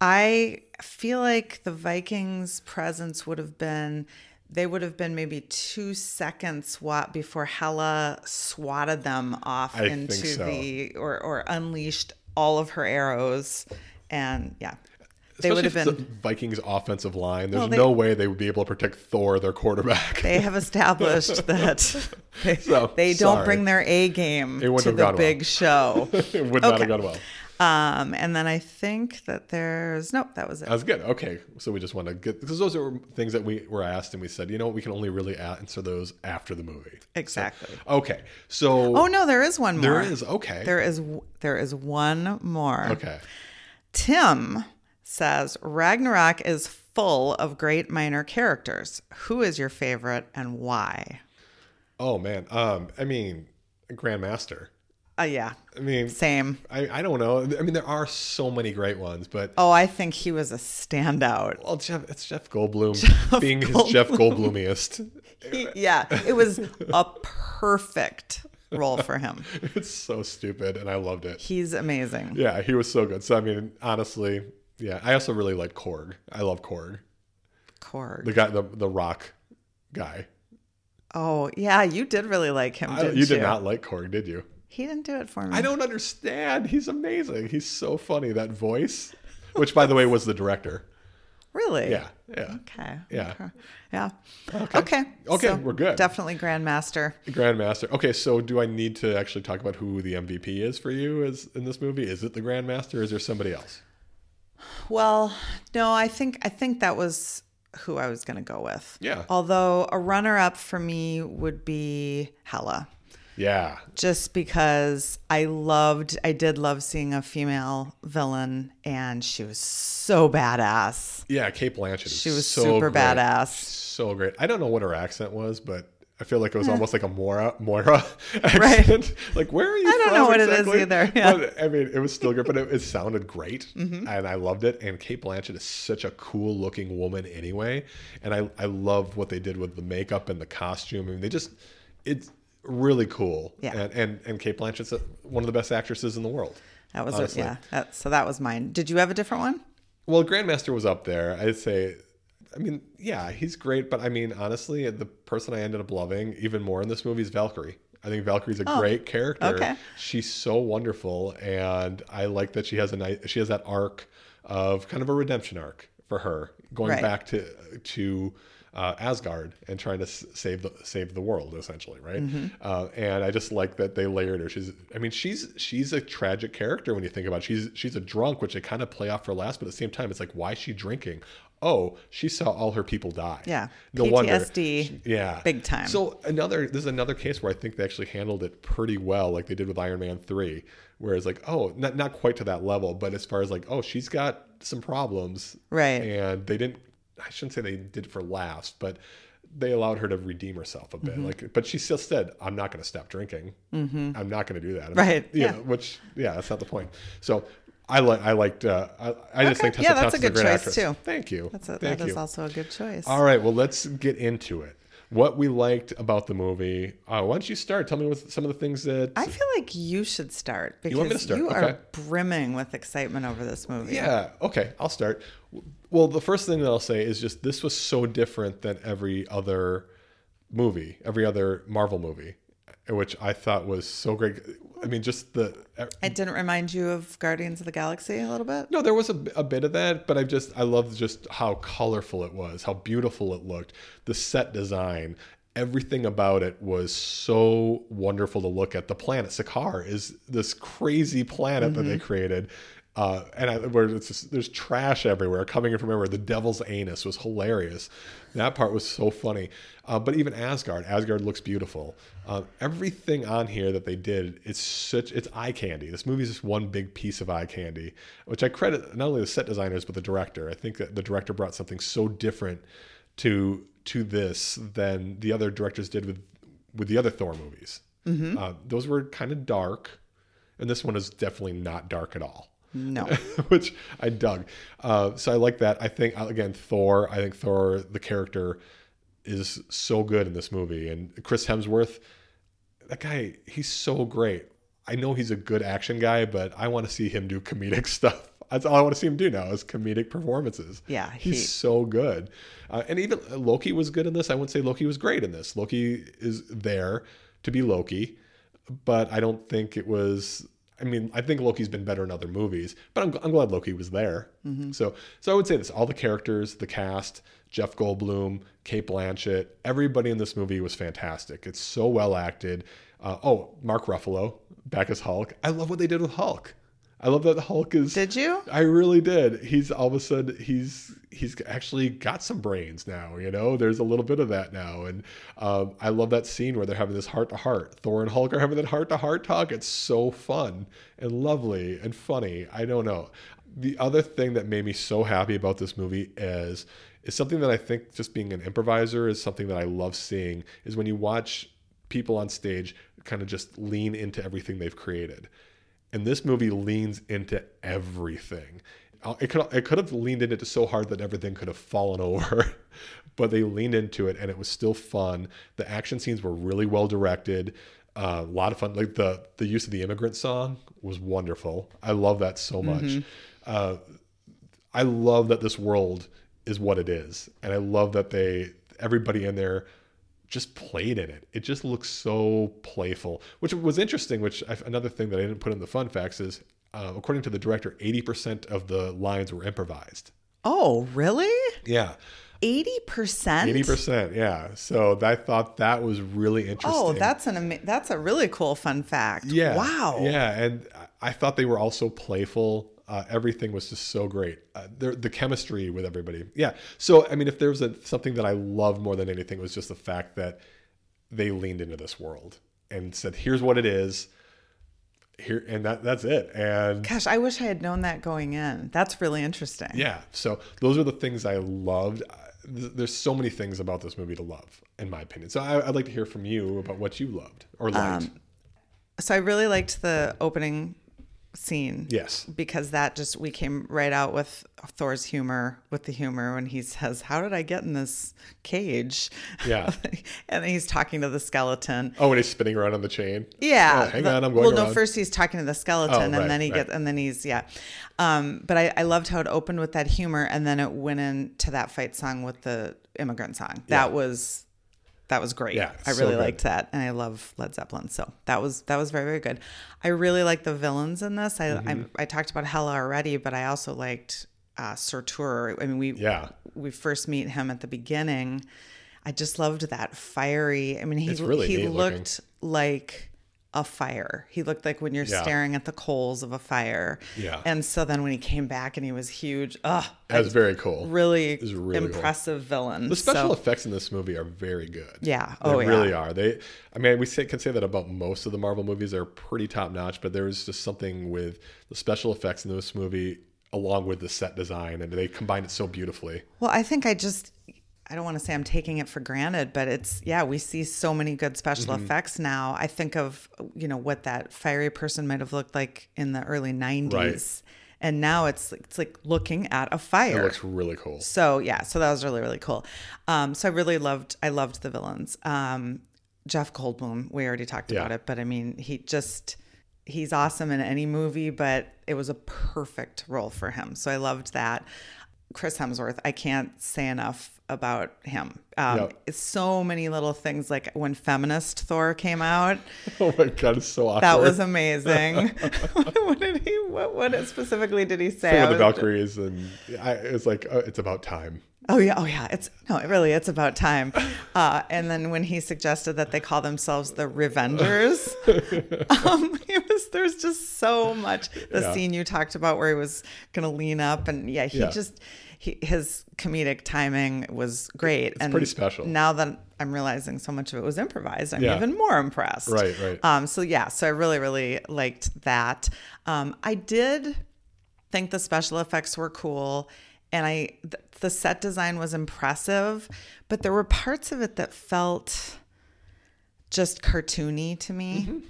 B: I feel like the Vikings' presence would have been. They would have been maybe two seconds what before Hela swatted them off
A: I think
B: into
A: so.
B: the or, or unleashed all of her arrows, and yeah, they would have
A: Especially if
B: been
A: it's the Vikings offensive line. There's
B: they-
A: no way they would be able to protect Thor, their quarterback.
B: they have established that they,
A: So,
B: they don't
A: sorry.
B: bring their A game
A: wouldn't
B: to
A: have
B: the
A: gone well.
B: big show.
A: it would not
B: Okay.
A: have gone well.
B: um, and then I think that there's nope, that was it.
A: That was good. Okay, so we just want to get because those are things that we were asked, and we said, you know, what, we can only really answer those after the movie.
B: exactly.
A: Okay, so
B: Oh no, there is one more.
A: there is okay.
B: There is w- there is one more.
A: okay.
B: Tim says Ragnarok is full of great minor characters. Who is your favorite and why?
A: Oh man. Um. I mean, Grandmaster.
B: Uh, yeah,
A: I mean,
B: same.
A: I, I don't know. I mean, there are so many great ones, but
B: Oh, I think he was a standout.
A: well, Jeff, it's Jeff Goldblum being his Jeff Goldblumiest.
B: He- yeah, it was a perfect role for him.
A: It's so stupid, and I loved it.
B: He's amazing.
A: Yeah, he was so good. So I mean, honestly, yeah. I also really like Korg. I love Korg,
B: Korg.
A: the guy, the the rock guy.
B: oh, yeah, you did really like him,
A: I,
B: didn't
A: you did not like Korg, did you?
B: He didn't do it for me.
A: I don't understand. He's amazing. He's so funny. That voice, which by the way was the director.
B: really.
A: Yeah, yeah.
B: Okay.
A: Yeah.
B: Okay. Yeah.
A: Okay.
B: Okay.
A: Okay, we're good.
B: Definitely Grandmaster.
A: Grandmaster. Okay, so do I need to actually talk about who the MVP is for you is in this movie? Is it the Grandmaster or is there somebody else?
B: Well, no, I think I think that was who I was going to go with.
A: Yeah.
B: Although a runner-up for me would be Hella.
A: Yeah.
B: just because I loved, I did love seeing a female villain, and she was so badass.
A: Yeah, Kate Blanchett. Is
B: She was
A: so
B: super
A: great.
B: badass.
A: So great. I don't know what her accent was, but I feel like it was almost like a Moira, Moira accent. Like, where are you? I
B: don't know what it is either, yeah. Mm-hmm.
A: But, I mean, it was still good, but it, it sounded great, and I loved it. And Kate Blanchett is such a cool looking woman, anyway. And I, I love what they did with the makeup and the costume. I mean, they just, it's really cool.
B: Yeah.
A: And and, and Kate Blanchett's a- one of the best actresses in the world.
B: That was
A: Honestly.
B: yeah. That, so that was mine. Did you have a different one?
A: Well, Grandmaster was up there. I'd say, I mean, yeah, he's great, but I mean, honestly, the person I ended up loving even more in this movie is Valkyrie. I think Valkyrie's a great character.
B: okay.
A: She's so wonderful, and I like that she has a nice, she has that arc of kind of a redemption arc for her, going
B: Right.
A: back to to uh, Asgard and trying to s- save the save the world, essentially, right?
B: Mm-hmm.
A: Uh, and I just like that they layered her. She's, I mean, she's she's a tragic character when you think about. It. She's she's a drunk, which they kind of play off for last, but at the same time, it's like, why is she drinking? Oh, she saw all her people die.
B: Yeah.
A: no wonder.
B: PTSD,
A: She- yeah,
B: big time.
A: So another, this is another case where I think they actually handled it pretty well, like they did with Iron Man three, where it's like, oh, not not quite to that level, but as far as like, oh, she's got some problems,
B: Right.
A: and they didn't i shouldn't say they did it for laughs but they allowed her to redeem herself a bit
B: Mm-hmm.
A: like but she still said i'm not going to stop drinking i'm not going to do that I'm-
B: Right,
A: you
B: yeah.
A: know, which yeah that's not the point so i like i liked uh i, I just
B: Okay,
A: think Tessa
B: yeah, that's a
A: Thompson's
B: good
A: great
B: choice,
A: actress.
B: too.
A: thank you
B: That's a,
A: thank
B: that is
A: you
B: also a good choice.
A: all right well let's get into it what we liked about the movie uh, why don't you start tell me what some of the things that
B: I feel like you should start because you,
A: want me to start? Okay.
B: are brimming with excitement over this movie.
A: Yeah. Okay. I'll start. Well, the first thing that I'll say is just this was so different than every other movie, every other Marvel movie, which I thought was so great. I mean, just the.
B: It didn't remind you of Guardians of the Galaxy a little bit?
A: No, there was a, a bit of that, but I just I loved just how colorful it was, how beautiful it looked, the set design, everything about it was so wonderful to look at. The planet Sakaar is this crazy planet that they created. Uh, and I, where it's just, there's trash everywhere coming in from everywhere. The devil's anus was hilarious. That part was so funny. Uh, but even Asgard, Asgard looks beautiful. Um, everything on here that they did, it's such it's eye candy. This movie is just one big piece of eye candy, which I credit not only the set designers but the director. I think that the director brought something so different to to this than the other directors did with with the other Thor movies. Uh, those were kind of dark, and this one is definitely not dark at all
B: No.
A: which I dug. Uh, so I like that. I think uh, again, Thor. I think Thor, the character, is so good in this movie, and Chris Hemsworth, that guy, he's so great. I know he's a good action guy, but I want to see him do comedic stuff. That's all I want to see him do now is comedic performances.
B: Yeah,
A: he's
B: he-
A: so good, uh, and even Loki was good in this. I wouldn't say Loki was great in this. Loki is there to be Loki but I don't think it was. I mean, I think Loki's been better in other movies, but I'm, I'm glad Loki was there. So, so I would say this: all the characters, the cast, Jeff Goldblum, Kate Blanchett, everybody in this movie was fantastic. It's so well acted. Uh, oh, Mark Ruffalo back as Hulk. I love what they did with Hulk. I love that Hulk is.
B: Did you?
A: I really did. He's all of a sudden he's he's actually got some brains now. You know, there's a little bit of that now, and um, I love that scene where they're having this heart to heart. Thor and Hulk are having that heart to heart talk. It's so fun and lovely and funny. I don't know. The other thing that made me so happy about this movie is is something that I think just being an improviser is something that I love seeing is when you watch people on stage kind of just lean into everything they've created. And this movie leans into everything. Uh, It could it could have leaned into it so hard that everything could have fallen over, but they leaned into it and it was still fun. The action scenes were really well directed. Uh, a lot of fun. Like the the use of the immigrant song was wonderful. I love that so much. Uh, I love that this world is what it is, and I love that they everybody in there just played in it. It just looks so playful, which was interesting. Which I, another thing that I didn't put in the fun facts is, uh, according to the director, eighty percent of the lines were improvised.
B: Oh, really?
A: Yeah,
B: 80%?
A: eighty percent. Yeah, so I thought that was really interesting.
B: Oh, that's an ama- that's a really cool fun fact.
A: Yeah.
B: Wow.
A: Yeah, and I- I thought they were all so playful. Uh, everything was just so great. Uh, the, the chemistry with everybody. Yeah. So I mean, if there was a, something that I loved more than anything, it was just the fact that they leaned into this world and said, "Here's what it is." Here and that that's it. And
B: Gosh, I wish I had known that going in. That's really interesting.
A: yeah. So those are the things I loved. Uh, th- there's so many things about this movie to love, in my opinion. So I, I'd like to hear from you about what you loved or liked.
B: Um, So I really liked the opening scene.
A: yes.
B: Because that just, we came right out with Thor's humor, with the humor when he says, How did I get in this cage?
A: Yeah.
B: and then he's talking to the skeleton.
A: Oh, and he's spinning around on the chain.
B: Yeah.
A: Oh, hang
B: the-
A: on, I'm going
B: Well, no,
A: around.
B: first he's talking to the skeleton,
A: Oh,
B: and
A: right,
B: then he
A: right.
B: gets, and then he's yeah. Um, but I, I loved how it opened with that humor, and then it went into that fight song with the immigrant song. That was that was great.
A: Yeah,
B: I
A: so
B: really
A: good.
B: liked that, and I love Led Zeppelin, so that was that was very very good. I really like the villains in this. I
A: Mm-hmm.
B: I, I talked about Hella already, but I also liked uh, Surtur. I mean, we
A: Yeah.
B: we first meet him at the beginning. I just loved that fiery. I mean, he
A: It's really
B: he
A: neat looking.
B: looked like a fire. He looked like when you're
A: Yeah.
B: staring at the coals of a fire.
A: Yeah.
B: And so then when he came back and he was huge, ugh,
A: That was very cool.
B: really,
A: was really cool.
B: impressive villain.
A: The special
B: so,
A: effects in this movie are very good.
B: Yeah.
A: They
B: Oh, yeah.
A: really are. They, I mean, we say, can say that about most of the Marvel movies. They're pretty top notch, but there was just something with the special effects in this movie, along with the set design, and they combined it so beautifully.
B: well, I think I just I don't want to say I'm taking it for granted, but it's yeah, we see so many good special
A: Mm-hmm.
B: effects now. I think of you know what that fiery person might have looked like in the early 90s. And now it's like, it's like looking at a fire.
A: It looks really cool.
B: So yeah, so that was really really cool. Um, so I really loved I loved the villains. Um, Jeff Goldblum, we already talked about it, but I mean he just he's awesome in any movie, but it was a perfect role for him. So I loved that. Chris Hemsworth, I can't say enough about him. Um,
A: Yep.
B: it's So many little things like when feminist Thor came out,
A: Oh my god, it's so awkward.
B: that was amazing. what did he? What, what specifically did he say? I
A: with the
B: was-
A: Valkyries, and I, it's like uh, it's about time.
B: Oh yeah, oh yeah. It's no, it really, it's about time. Uh, and then when he suggested that they call themselves the Revengers, um, he was there's just so much. The
A: Yeah.
B: scene you talked about where he was gonna lean up, and yeah, he
A: Yeah.
B: just he, his comedic timing was great. and
A: pretty special.
B: Now that I'm realizing so much of it was improvised, I'm
A: Yeah.
B: even more impressed.
A: Right, right.
B: Um, so yeah, so I really, really liked that. Um, I did think the special effects were cool and i th- the set design was impressive but there were parts of it that felt just cartoony to me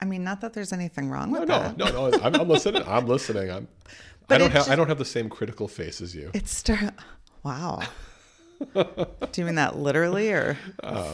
B: i mean not that there's anything wrong with
A: Mm-hmm. No,
B: that
A: no, no. I'm, I'm listening. I'm listening. I'm. I
B: Oh, But
A: don't
B: it
A: have. I
B: just-
A: don't have the same critical face as you.
B: it's stir- wow do you mean that literally or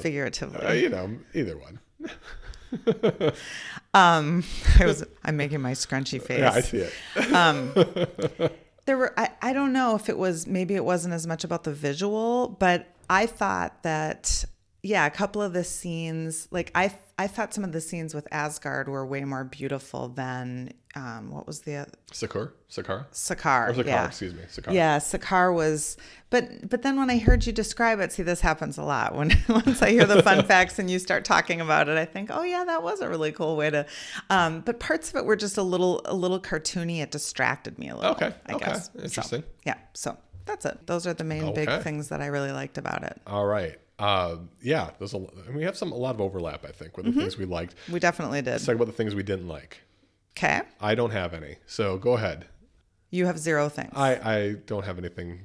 B: figuratively
A: Uh, you know, either one.
B: i was i'm making my scrunchy face
A: Yeah, I see it.
B: there were I, I don't know if it was maybe it wasn't as much about the visual but i thought that yeah a couple of the scenes like i i thought some of the scenes with asgard were way more beautiful than um what was the oth-
A: Sakura, Sakara,
B: Sakaar.
A: Sakara.
B: yeah.
A: Excuse me, Sakara.
B: Yeah, Sakar was, but but then when I heard you describe it, see this happens a lot. When once I hear the fun facts and you start talking about it, I think, oh yeah, that was a really cool way to. Um, but parts of it were just a little a little cartoony. It distracted me a little.
A: Okay,
B: I
A: okay,
B: guess. So,
A: interesting.
B: yeah, so that's it. Those are the main
A: Okay.
B: big things that I really liked about it.
A: All right. Uh, yeah, there's a, and we have some a lot of overlap, I think,
B: Mm-hmm.
A: with the things we liked.
B: We definitely did.
A: Let's talk about the things we didn't like.
B: Okay,
A: I don't have any, so go ahead.
B: you have zero things.
A: I, I don't have anything
B: you,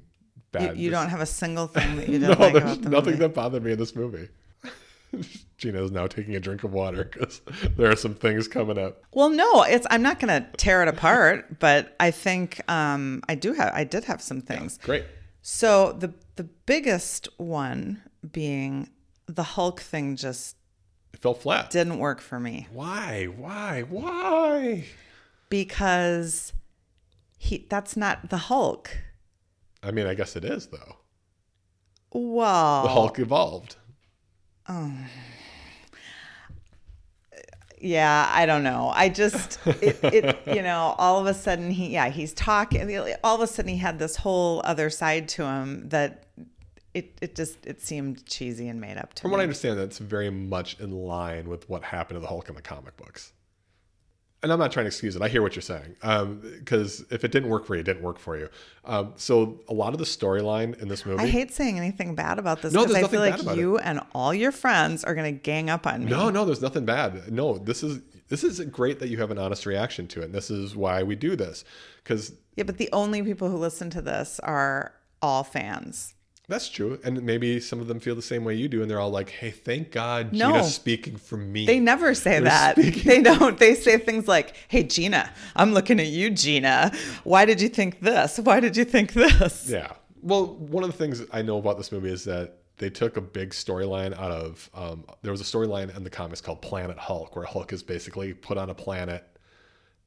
A: bad.
B: you
A: This-
B: don't have a single thing that you
A: No,
B: didn't like
A: there's
B: about the
A: nothing
B: movie.
A: that bothered me in this movie. Gina is now taking a drink of water because there are some things coming up.
B: Well, no, it's I'm not going to tear it apart, but I think um, I do have I did have some things.
A: Great.
B: So the the biggest one being the Hulk thing just
A: It fell flat.
B: didn't work for me
A: Why? Why? Why?
B: because he that's not the Hulk.
A: I mean, I guess it is though.
B: Well,
A: The Hulk evolved.
B: yeah, I don't know. I just it, it you know all of a sudden he yeah he's talking all of a sudden he had this whole other side to him that it it just it seemed cheesy and made up to
A: From
B: me.
A: what I understand, that's very much in line with what happened to the Hulk in the comic books. And I'm not trying to excuse it. I hear what you're saying. Because if it didn't work for you, it didn't work for you. Um, so a lot of the storyline in this movie.
B: I hate saying anything bad about this
A: No,
B: because
A: there's
B: I feel
A: nothing bad
B: like
A: about
B: you and all your friends are going to gang up on me.
A: no, no, there's nothing bad. No, this is this is great that you have an honest reaction to it. And this is why we do this. Because
B: Yeah, but the only people who listen to this are all fans.
A: That's true. And maybe some of them feel the same way you do, and they're all like, hey, thank God
B: No.
A: Gina's speaking for me.
B: They never say that.
A: speaking-
B: They don't. They say things like, "Hey Gina, I'm looking at you, Gina. Why did you think this? Why did you think this?"
A: Yeah. Well, one of the things I know about this movie is that they took a big storyline out of. Um, there was a storyline in the comics called Planet Hulk, where Hulk is basically put on a planet,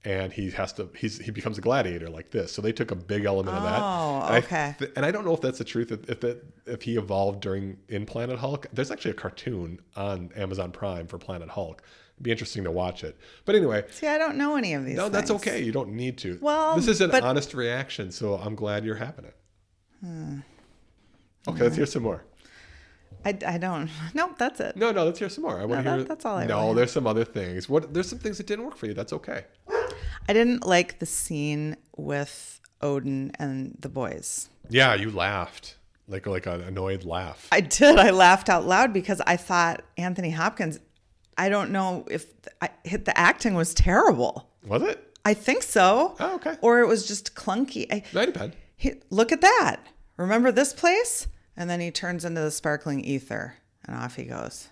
A: and he has to. He's he becomes a gladiator like this. So they took a big element of that.
B: Oh,
A: And I
B: okay.
A: th- and I don't know if that's the truth. If if, that, if he evolved during in Planet Hulk, there's actually a cartoon on Amazon Prime for Planet Hulk. It'd be interesting to watch it. But anyway,
B: See, I don't know any of these.
A: no, that's
B: things.
A: okay. You don't need to.
B: Well,
A: this is an
B: but-
A: honest reaction, so I'm glad you're having it.
B: Hmm.
A: Okay, let's hear some more.
B: I, I don't. Nope, that's it.
A: No, no, let's hear some more. I want to
B: No, that-
A: hear.
B: that's all I
A: No,
B: really have.
A: there's some other things. What? There's some things that didn't work for you. That's okay.
B: I didn't like the scene with Odin and the boys.
A: Yeah, you laughed like like an annoyed laugh.
B: I did. I laughed out loud because I thought Anthony Hopkins. I don't know if I, hit the acting was terrible.
A: Was it?
B: I think so.
A: Oh, okay.
B: Or it was just clunky. I,
A: Might have been.
B: he, look at that. Remember this place? And then he turns into the sparkling ether, and off he goes.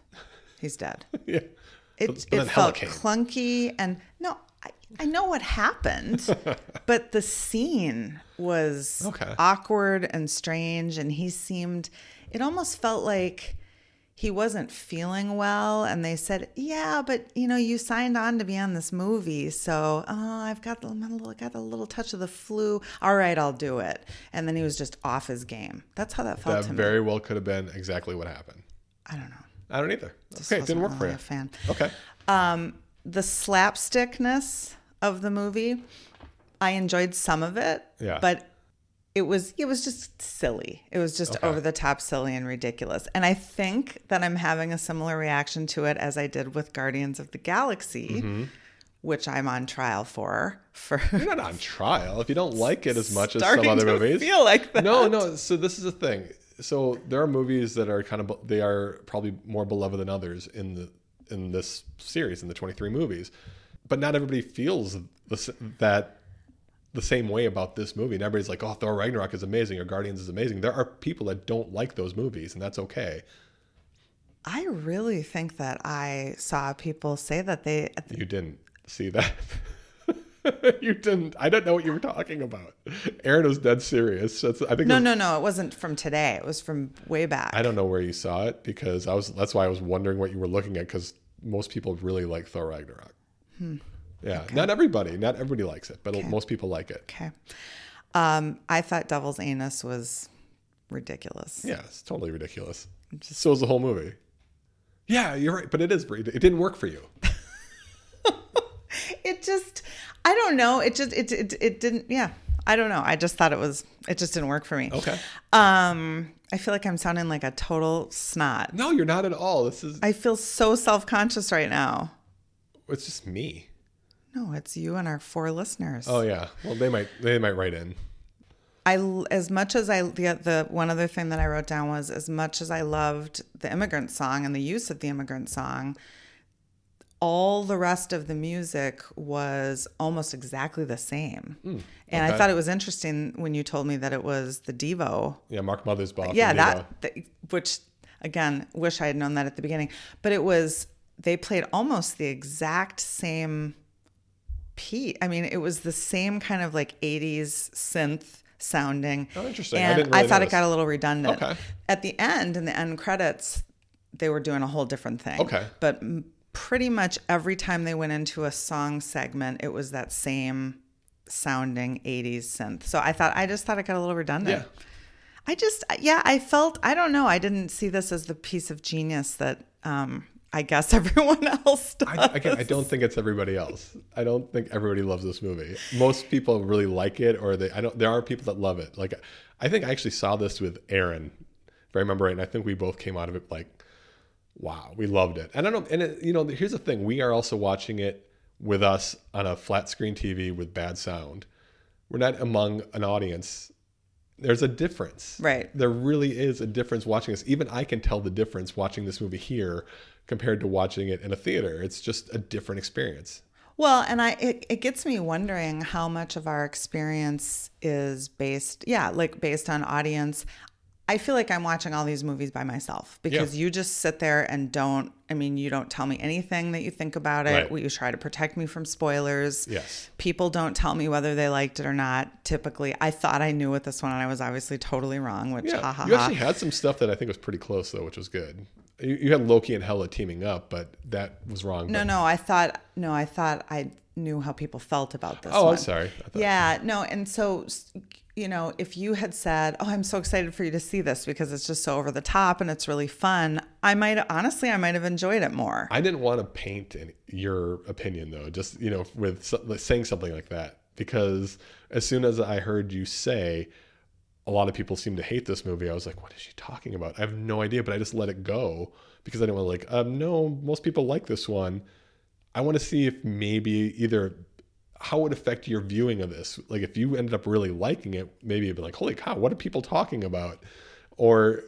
B: He's dead.
A: Yeah.
B: It,
A: but then
B: it felt
A: Helicane.
B: clunky, and no, I, I know what happened, but the scene was
A: Okay.
B: awkward and strange, and he seemed. It almost felt like he wasn't feeling well, and they said, "Yeah, but you know, you signed on to be on this movie, so oh, I've got the- I'm a little, got a little touch of the flu. All right, I'll do it." And then he was just off his game. That's how that felt
A: That
B: to me.
A: very well could have been exactly what happened.
B: I don't know.
A: I don't either. okay, it didn't
B: Wasn't
A: work for
B: really
A: you.
B: A fan.
A: Okay.
B: the slapstickness of the movie. I enjoyed some of it,
A: Yeah.
B: but it was it was just silly. It was just over the top silly and ridiculous. And I think that I'm having a similar reaction to it as I did with Guardians of the Galaxy,
A: Mm-hmm.
B: which I'm on trial for for
A: You're not on trial if you don't like it as much as some
B: starting
A: other
B: to
A: movies.
B: feel like that.
A: no, no. So this is the thing. So there are movies that are kind of they are probably more beloved than others in the in this series in the 23 movies, but not everybody feels the, s- that the same way about this movie. And everybody's like, "Oh, Thor Ragnarok is amazing," or "Guardians is amazing." There are people that don't like those movies, and that's okay.
B: I really think that I saw people say that they
A: You didn't see that. you didn't. I don't know what you were talking about. Aaron was dead serious. That's, I think
B: No,
A: that's-
B: no, no, it wasn't from today. It was from way back.
A: I don't know where you saw it because I was. That's why I was wondering what you were looking at because most people really like Thor Ragnarok.
B: Hmm.
A: Yeah, not everybody. Not everybody likes it, but most people like it.
B: Okay. Um, I thought Devil's Anus was ridiculous.
A: Yeah, it's totally ridiculous. so is the whole movie. Yeah, you're right, but it is. It didn't work for you.
B: It just, I don't know. It just, it, it, it didn't, yeah. I don't know. I just thought it was, it just didn't work for me.
A: Okay.
B: Um, I feel like I'm sounding like a total snot.
A: No, you're not at all. This is.
B: I feel so self conscious right now.
A: It's just me.
B: No, it's you and our four listeners.
A: Oh yeah. Well, they might. They might write in.
B: I as much as I the the one other thing that I wrote down was as much as I loved the immigrant song and the use of the immigrant song, all the rest of the music was almost exactly the same. And I
A: okay.
B: thought it was interesting when you told me that it was the Devo.
A: Yeah, Mark Mothersbaugh.
B: yeah,
A: from Devo.
B: that, that which again, wish I had known that at the beginning. But it was they played almost the exact same Pete. I mean, it was the same kind of like 80s synth sounding.
A: Oh, interesting. I
B: And I,
A: didn't really
B: thought
A: notice.
B: it got a little redundant.
A: Okay.
B: At the end, in the end credits, they were doing a whole different thing.
A: Okay.
B: But m- pretty much every time they went into a song segment, it was that same sounding 80s synth. So I thought, I just thought it got a little redundant.
A: Yeah.
B: I just, yeah, I felt, I don't know, I didn't see this as the piece of genius that um, I guess everyone else does.
A: I, again, I don't think it's everybody else. I don't think everybody loves this movie. Most people really like it, or they. I don't. There are people that love it. Like, I think I actually saw this with Aaron, if I remember right, and I think we both came out of it like, wow, we loved it. And I don't. And it, you know, here's the thing: we are also watching it with us on a flat screen TV with bad sound. We're not among an audience. There's a difference
B: Right.
A: there really is a difference watching this. Even I can tell the difference watching this movie here compared to watching it in a theater. It's just a different experience.
B: Well, and I it, it gets me wondering how much of our experience is based, yeah, like based on audience. I feel like I'm watching all these movies by myself because you just sit there and don't. I mean, you don't tell me anything that you think about it.
A: Right.
B: You try to protect me from spoilers.
A: Yes.
B: People don't tell me whether they liked it or not. Typically, I thought I knew with this one, and I was obviously totally wrong. Which,
A: Yeah,
B: ha ha
A: you
B: ha.
A: actually had some stuff that I think was pretty close though, which was good. You, you had Loki and Hela teaming up, but that was wrong.
B: No,
A: but-
B: no, I thought no, I thought I knew how people felt about this.
A: Oh,
B: Oh,
A: I'm sorry. I thought,
B: Yeah, no, and so s- you know, if you had said, "Oh, I'm so excited for you to see this because it's just so over the top and it's really fun," I might honestly, I might have enjoyed it more.
A: I didn't want to paint any, your opinion though, just you know, with so- like, saying something like that, because as soon as I heard you say, a lot of people seem to hate this movie. I was like, what is she talking about? I have no idea, but I just let it go because I didn't want to like, um, no, most people like this one. I want to see if maybe either how it would affect your viewing of this. Like if you ended up really liking it, maybe you'd be like, holy cow, what are people talking about? Or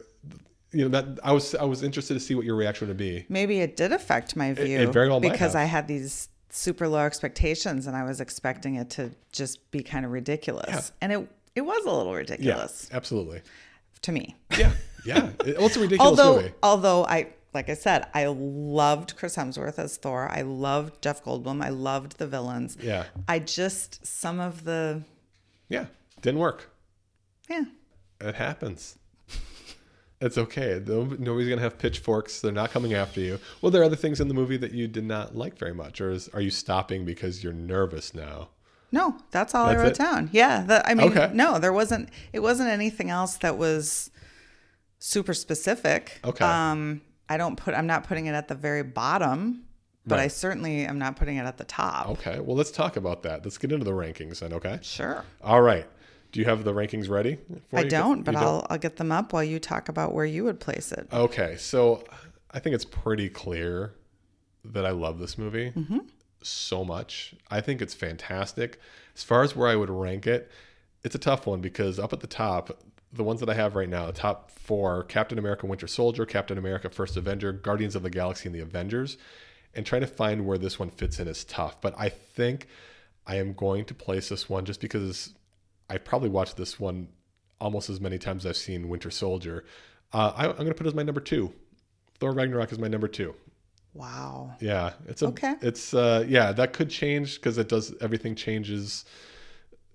A: you know that I was I was interested to see what your reaction would be.
B: Maybe it did affect my view
A: it very well might
B: because
A: have.
B: I had these super low expectations and I was expecting it to just be kind of ridiculous, and it it was a little ridiculous
A: Yeah, absolutely.
B: to me.
A: Yeah, yeah. It, well, it's a ridiculous
B: although
A: movie.
B: although I like I said I loved Chris Hemsworth as Thor. I loved Jeff Goldblum. I loved the villains.
A: Yeah,
B: I just some of the
A: yeah. Didn't work.
B: yeah.
A: It happens. It's okay. No- Nobody's gonna have pitchforks. They're not coming after you. Well, there are other things in the movie that you did not like very much, or is, are you stopping because you're nervous now?
B: No, that's all
A: That's
B: I wrote
A: it?
B: down. Yeah, the, I mean,
A: Okay.
B: no, there wasn't. It wasn't anything else that was super specific.
A: Okay.
B: Um, I don't put. I'm not putting it at the very bottom, but I
A: Right. Oh.
B: certainly am not putting it at the top.
A: Okay. Well, let's talk about that. Let's get into the rankings then. Okay.
B: Sure.
A: All right. Do you have the rankings ready? for
B: I
A: you?
B: don't, but
A: You
B: I'll I'll get them up while you talk about where you would place it.
A: Okay, so I think it's pretty clear that I love this movie so much. I think it's fantastic. As far as where I would rank it, it's a tough one because up at the top, the ones that I have right now, the top four Captain America Winter Soldier, Captain America First Avenger, Guardians of the Galaxy, and the Avengers. And trying to find where this one fits in is tough. But I think I am going to place this one just because I probably watched this one almost as many times as I've seen Winter Soldier. Uh, I, I'm going to put it as my number two. Thor Ragnarok is my number two.
B: Wow.
A: Yeah, it's a,
B: Okay.
A: It's uh, yeah, that could change because it does everything changes.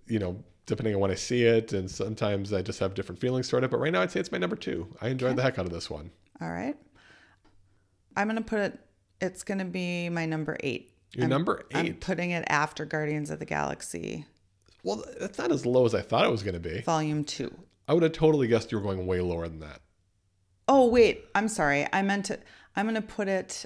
A: You know, depending on when I see it, and sometimes I just have different feelings toward it. But right now, I'd say it's my number two. I enjoyed the heck out of this one.
B: All right. I'm going to put it, it's going to be my number eight.
A: Your number 8
B: I'm putting it after Guardians of the Galaxy
A: well, that's not as low as I thought it was going to be.
B: Volume 2.
A: I would have totally guessed you were going way lower than that.
B: Oh, wait. I'm sorry. I meant to, I'm going to put it,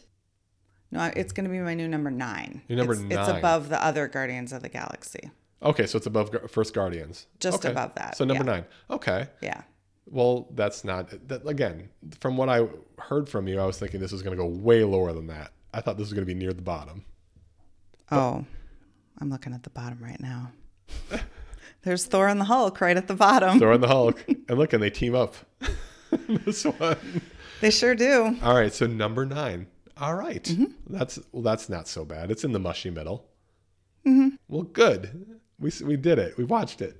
B: no, it's going to be my new number nine.
A: Your number
B: it's, It's
A: nine.
B: above the other Guardians of the Galaxy.
A: Okay, so it's above Gu- First Guardians.
B: Just
A: Okay.
B: above that,
A: So number
B: yeah.
A: nine. Okay.
B: Yeah.
A: Well, that's not that, again. From what I heard from you, I was thinking this was going to go way lower than that. I thought this was going to be near the bottom.
B: Oh, I'm looking at the bottom right now. There's Thor and the Hulk right at the bottom.
A: Throw in the Hulk, and look, and they team up. this one.
B: They sure do.
A: All right, so number nine. All right. that's well, that's not so bad. It's in the mushy middle. Well, good. We s- we did it. We watched it.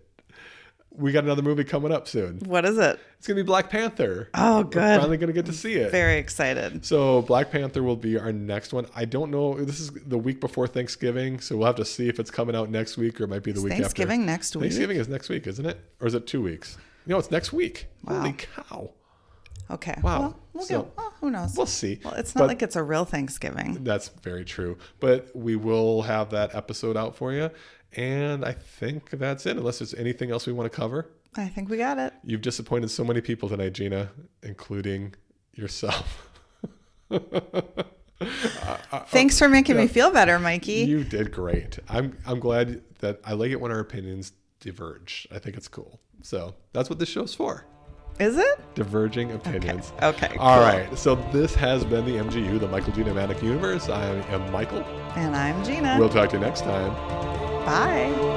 A: We got another movie coming up soon.
B: What is it?
A: It's going to be Black Panther.
B: Oh,
A: We're
B: good.
A: finally going to get to see it.
B: Very excited.
A: So Black Panther will be our next one. I don't know. This is the week before Thanksgiving, so we'll have to see if it's coming out next week or it might be the week
B: Thanksgiving
A: after.
B: next week.
A: Thanksgiving is next week, isn't it? Or is it two weeks? No, it's next week. Holy cow!
B: Okay.
A: Wow.
B: Well, we'll
A: So-
B: go. Well, who knows?
A: We'll see.
B: Well, it's not
A: But
B: like it's a real Thanksgiving.
A: that's very true. But we will have that episode out for you, and I think that's it. Unless there's anything else we want to cover.
B: I think we got it.
A: You've disappointed so many people tonight, Gina, including yourself.
B: Thanks for making me feel better, Mikey.
A: You did great. I'm I'm glad that I like it when our opinions diverge. I think it's cool. So that's what this show's for.
B: Is it?
A: Diverging opinions.
B: Okay.
A: All right. So this has been the MGU, the Michael G. Manic Universe. I am Michael.
B: And I'm Gina.
A: We'll talk to you next time.
B: Bye.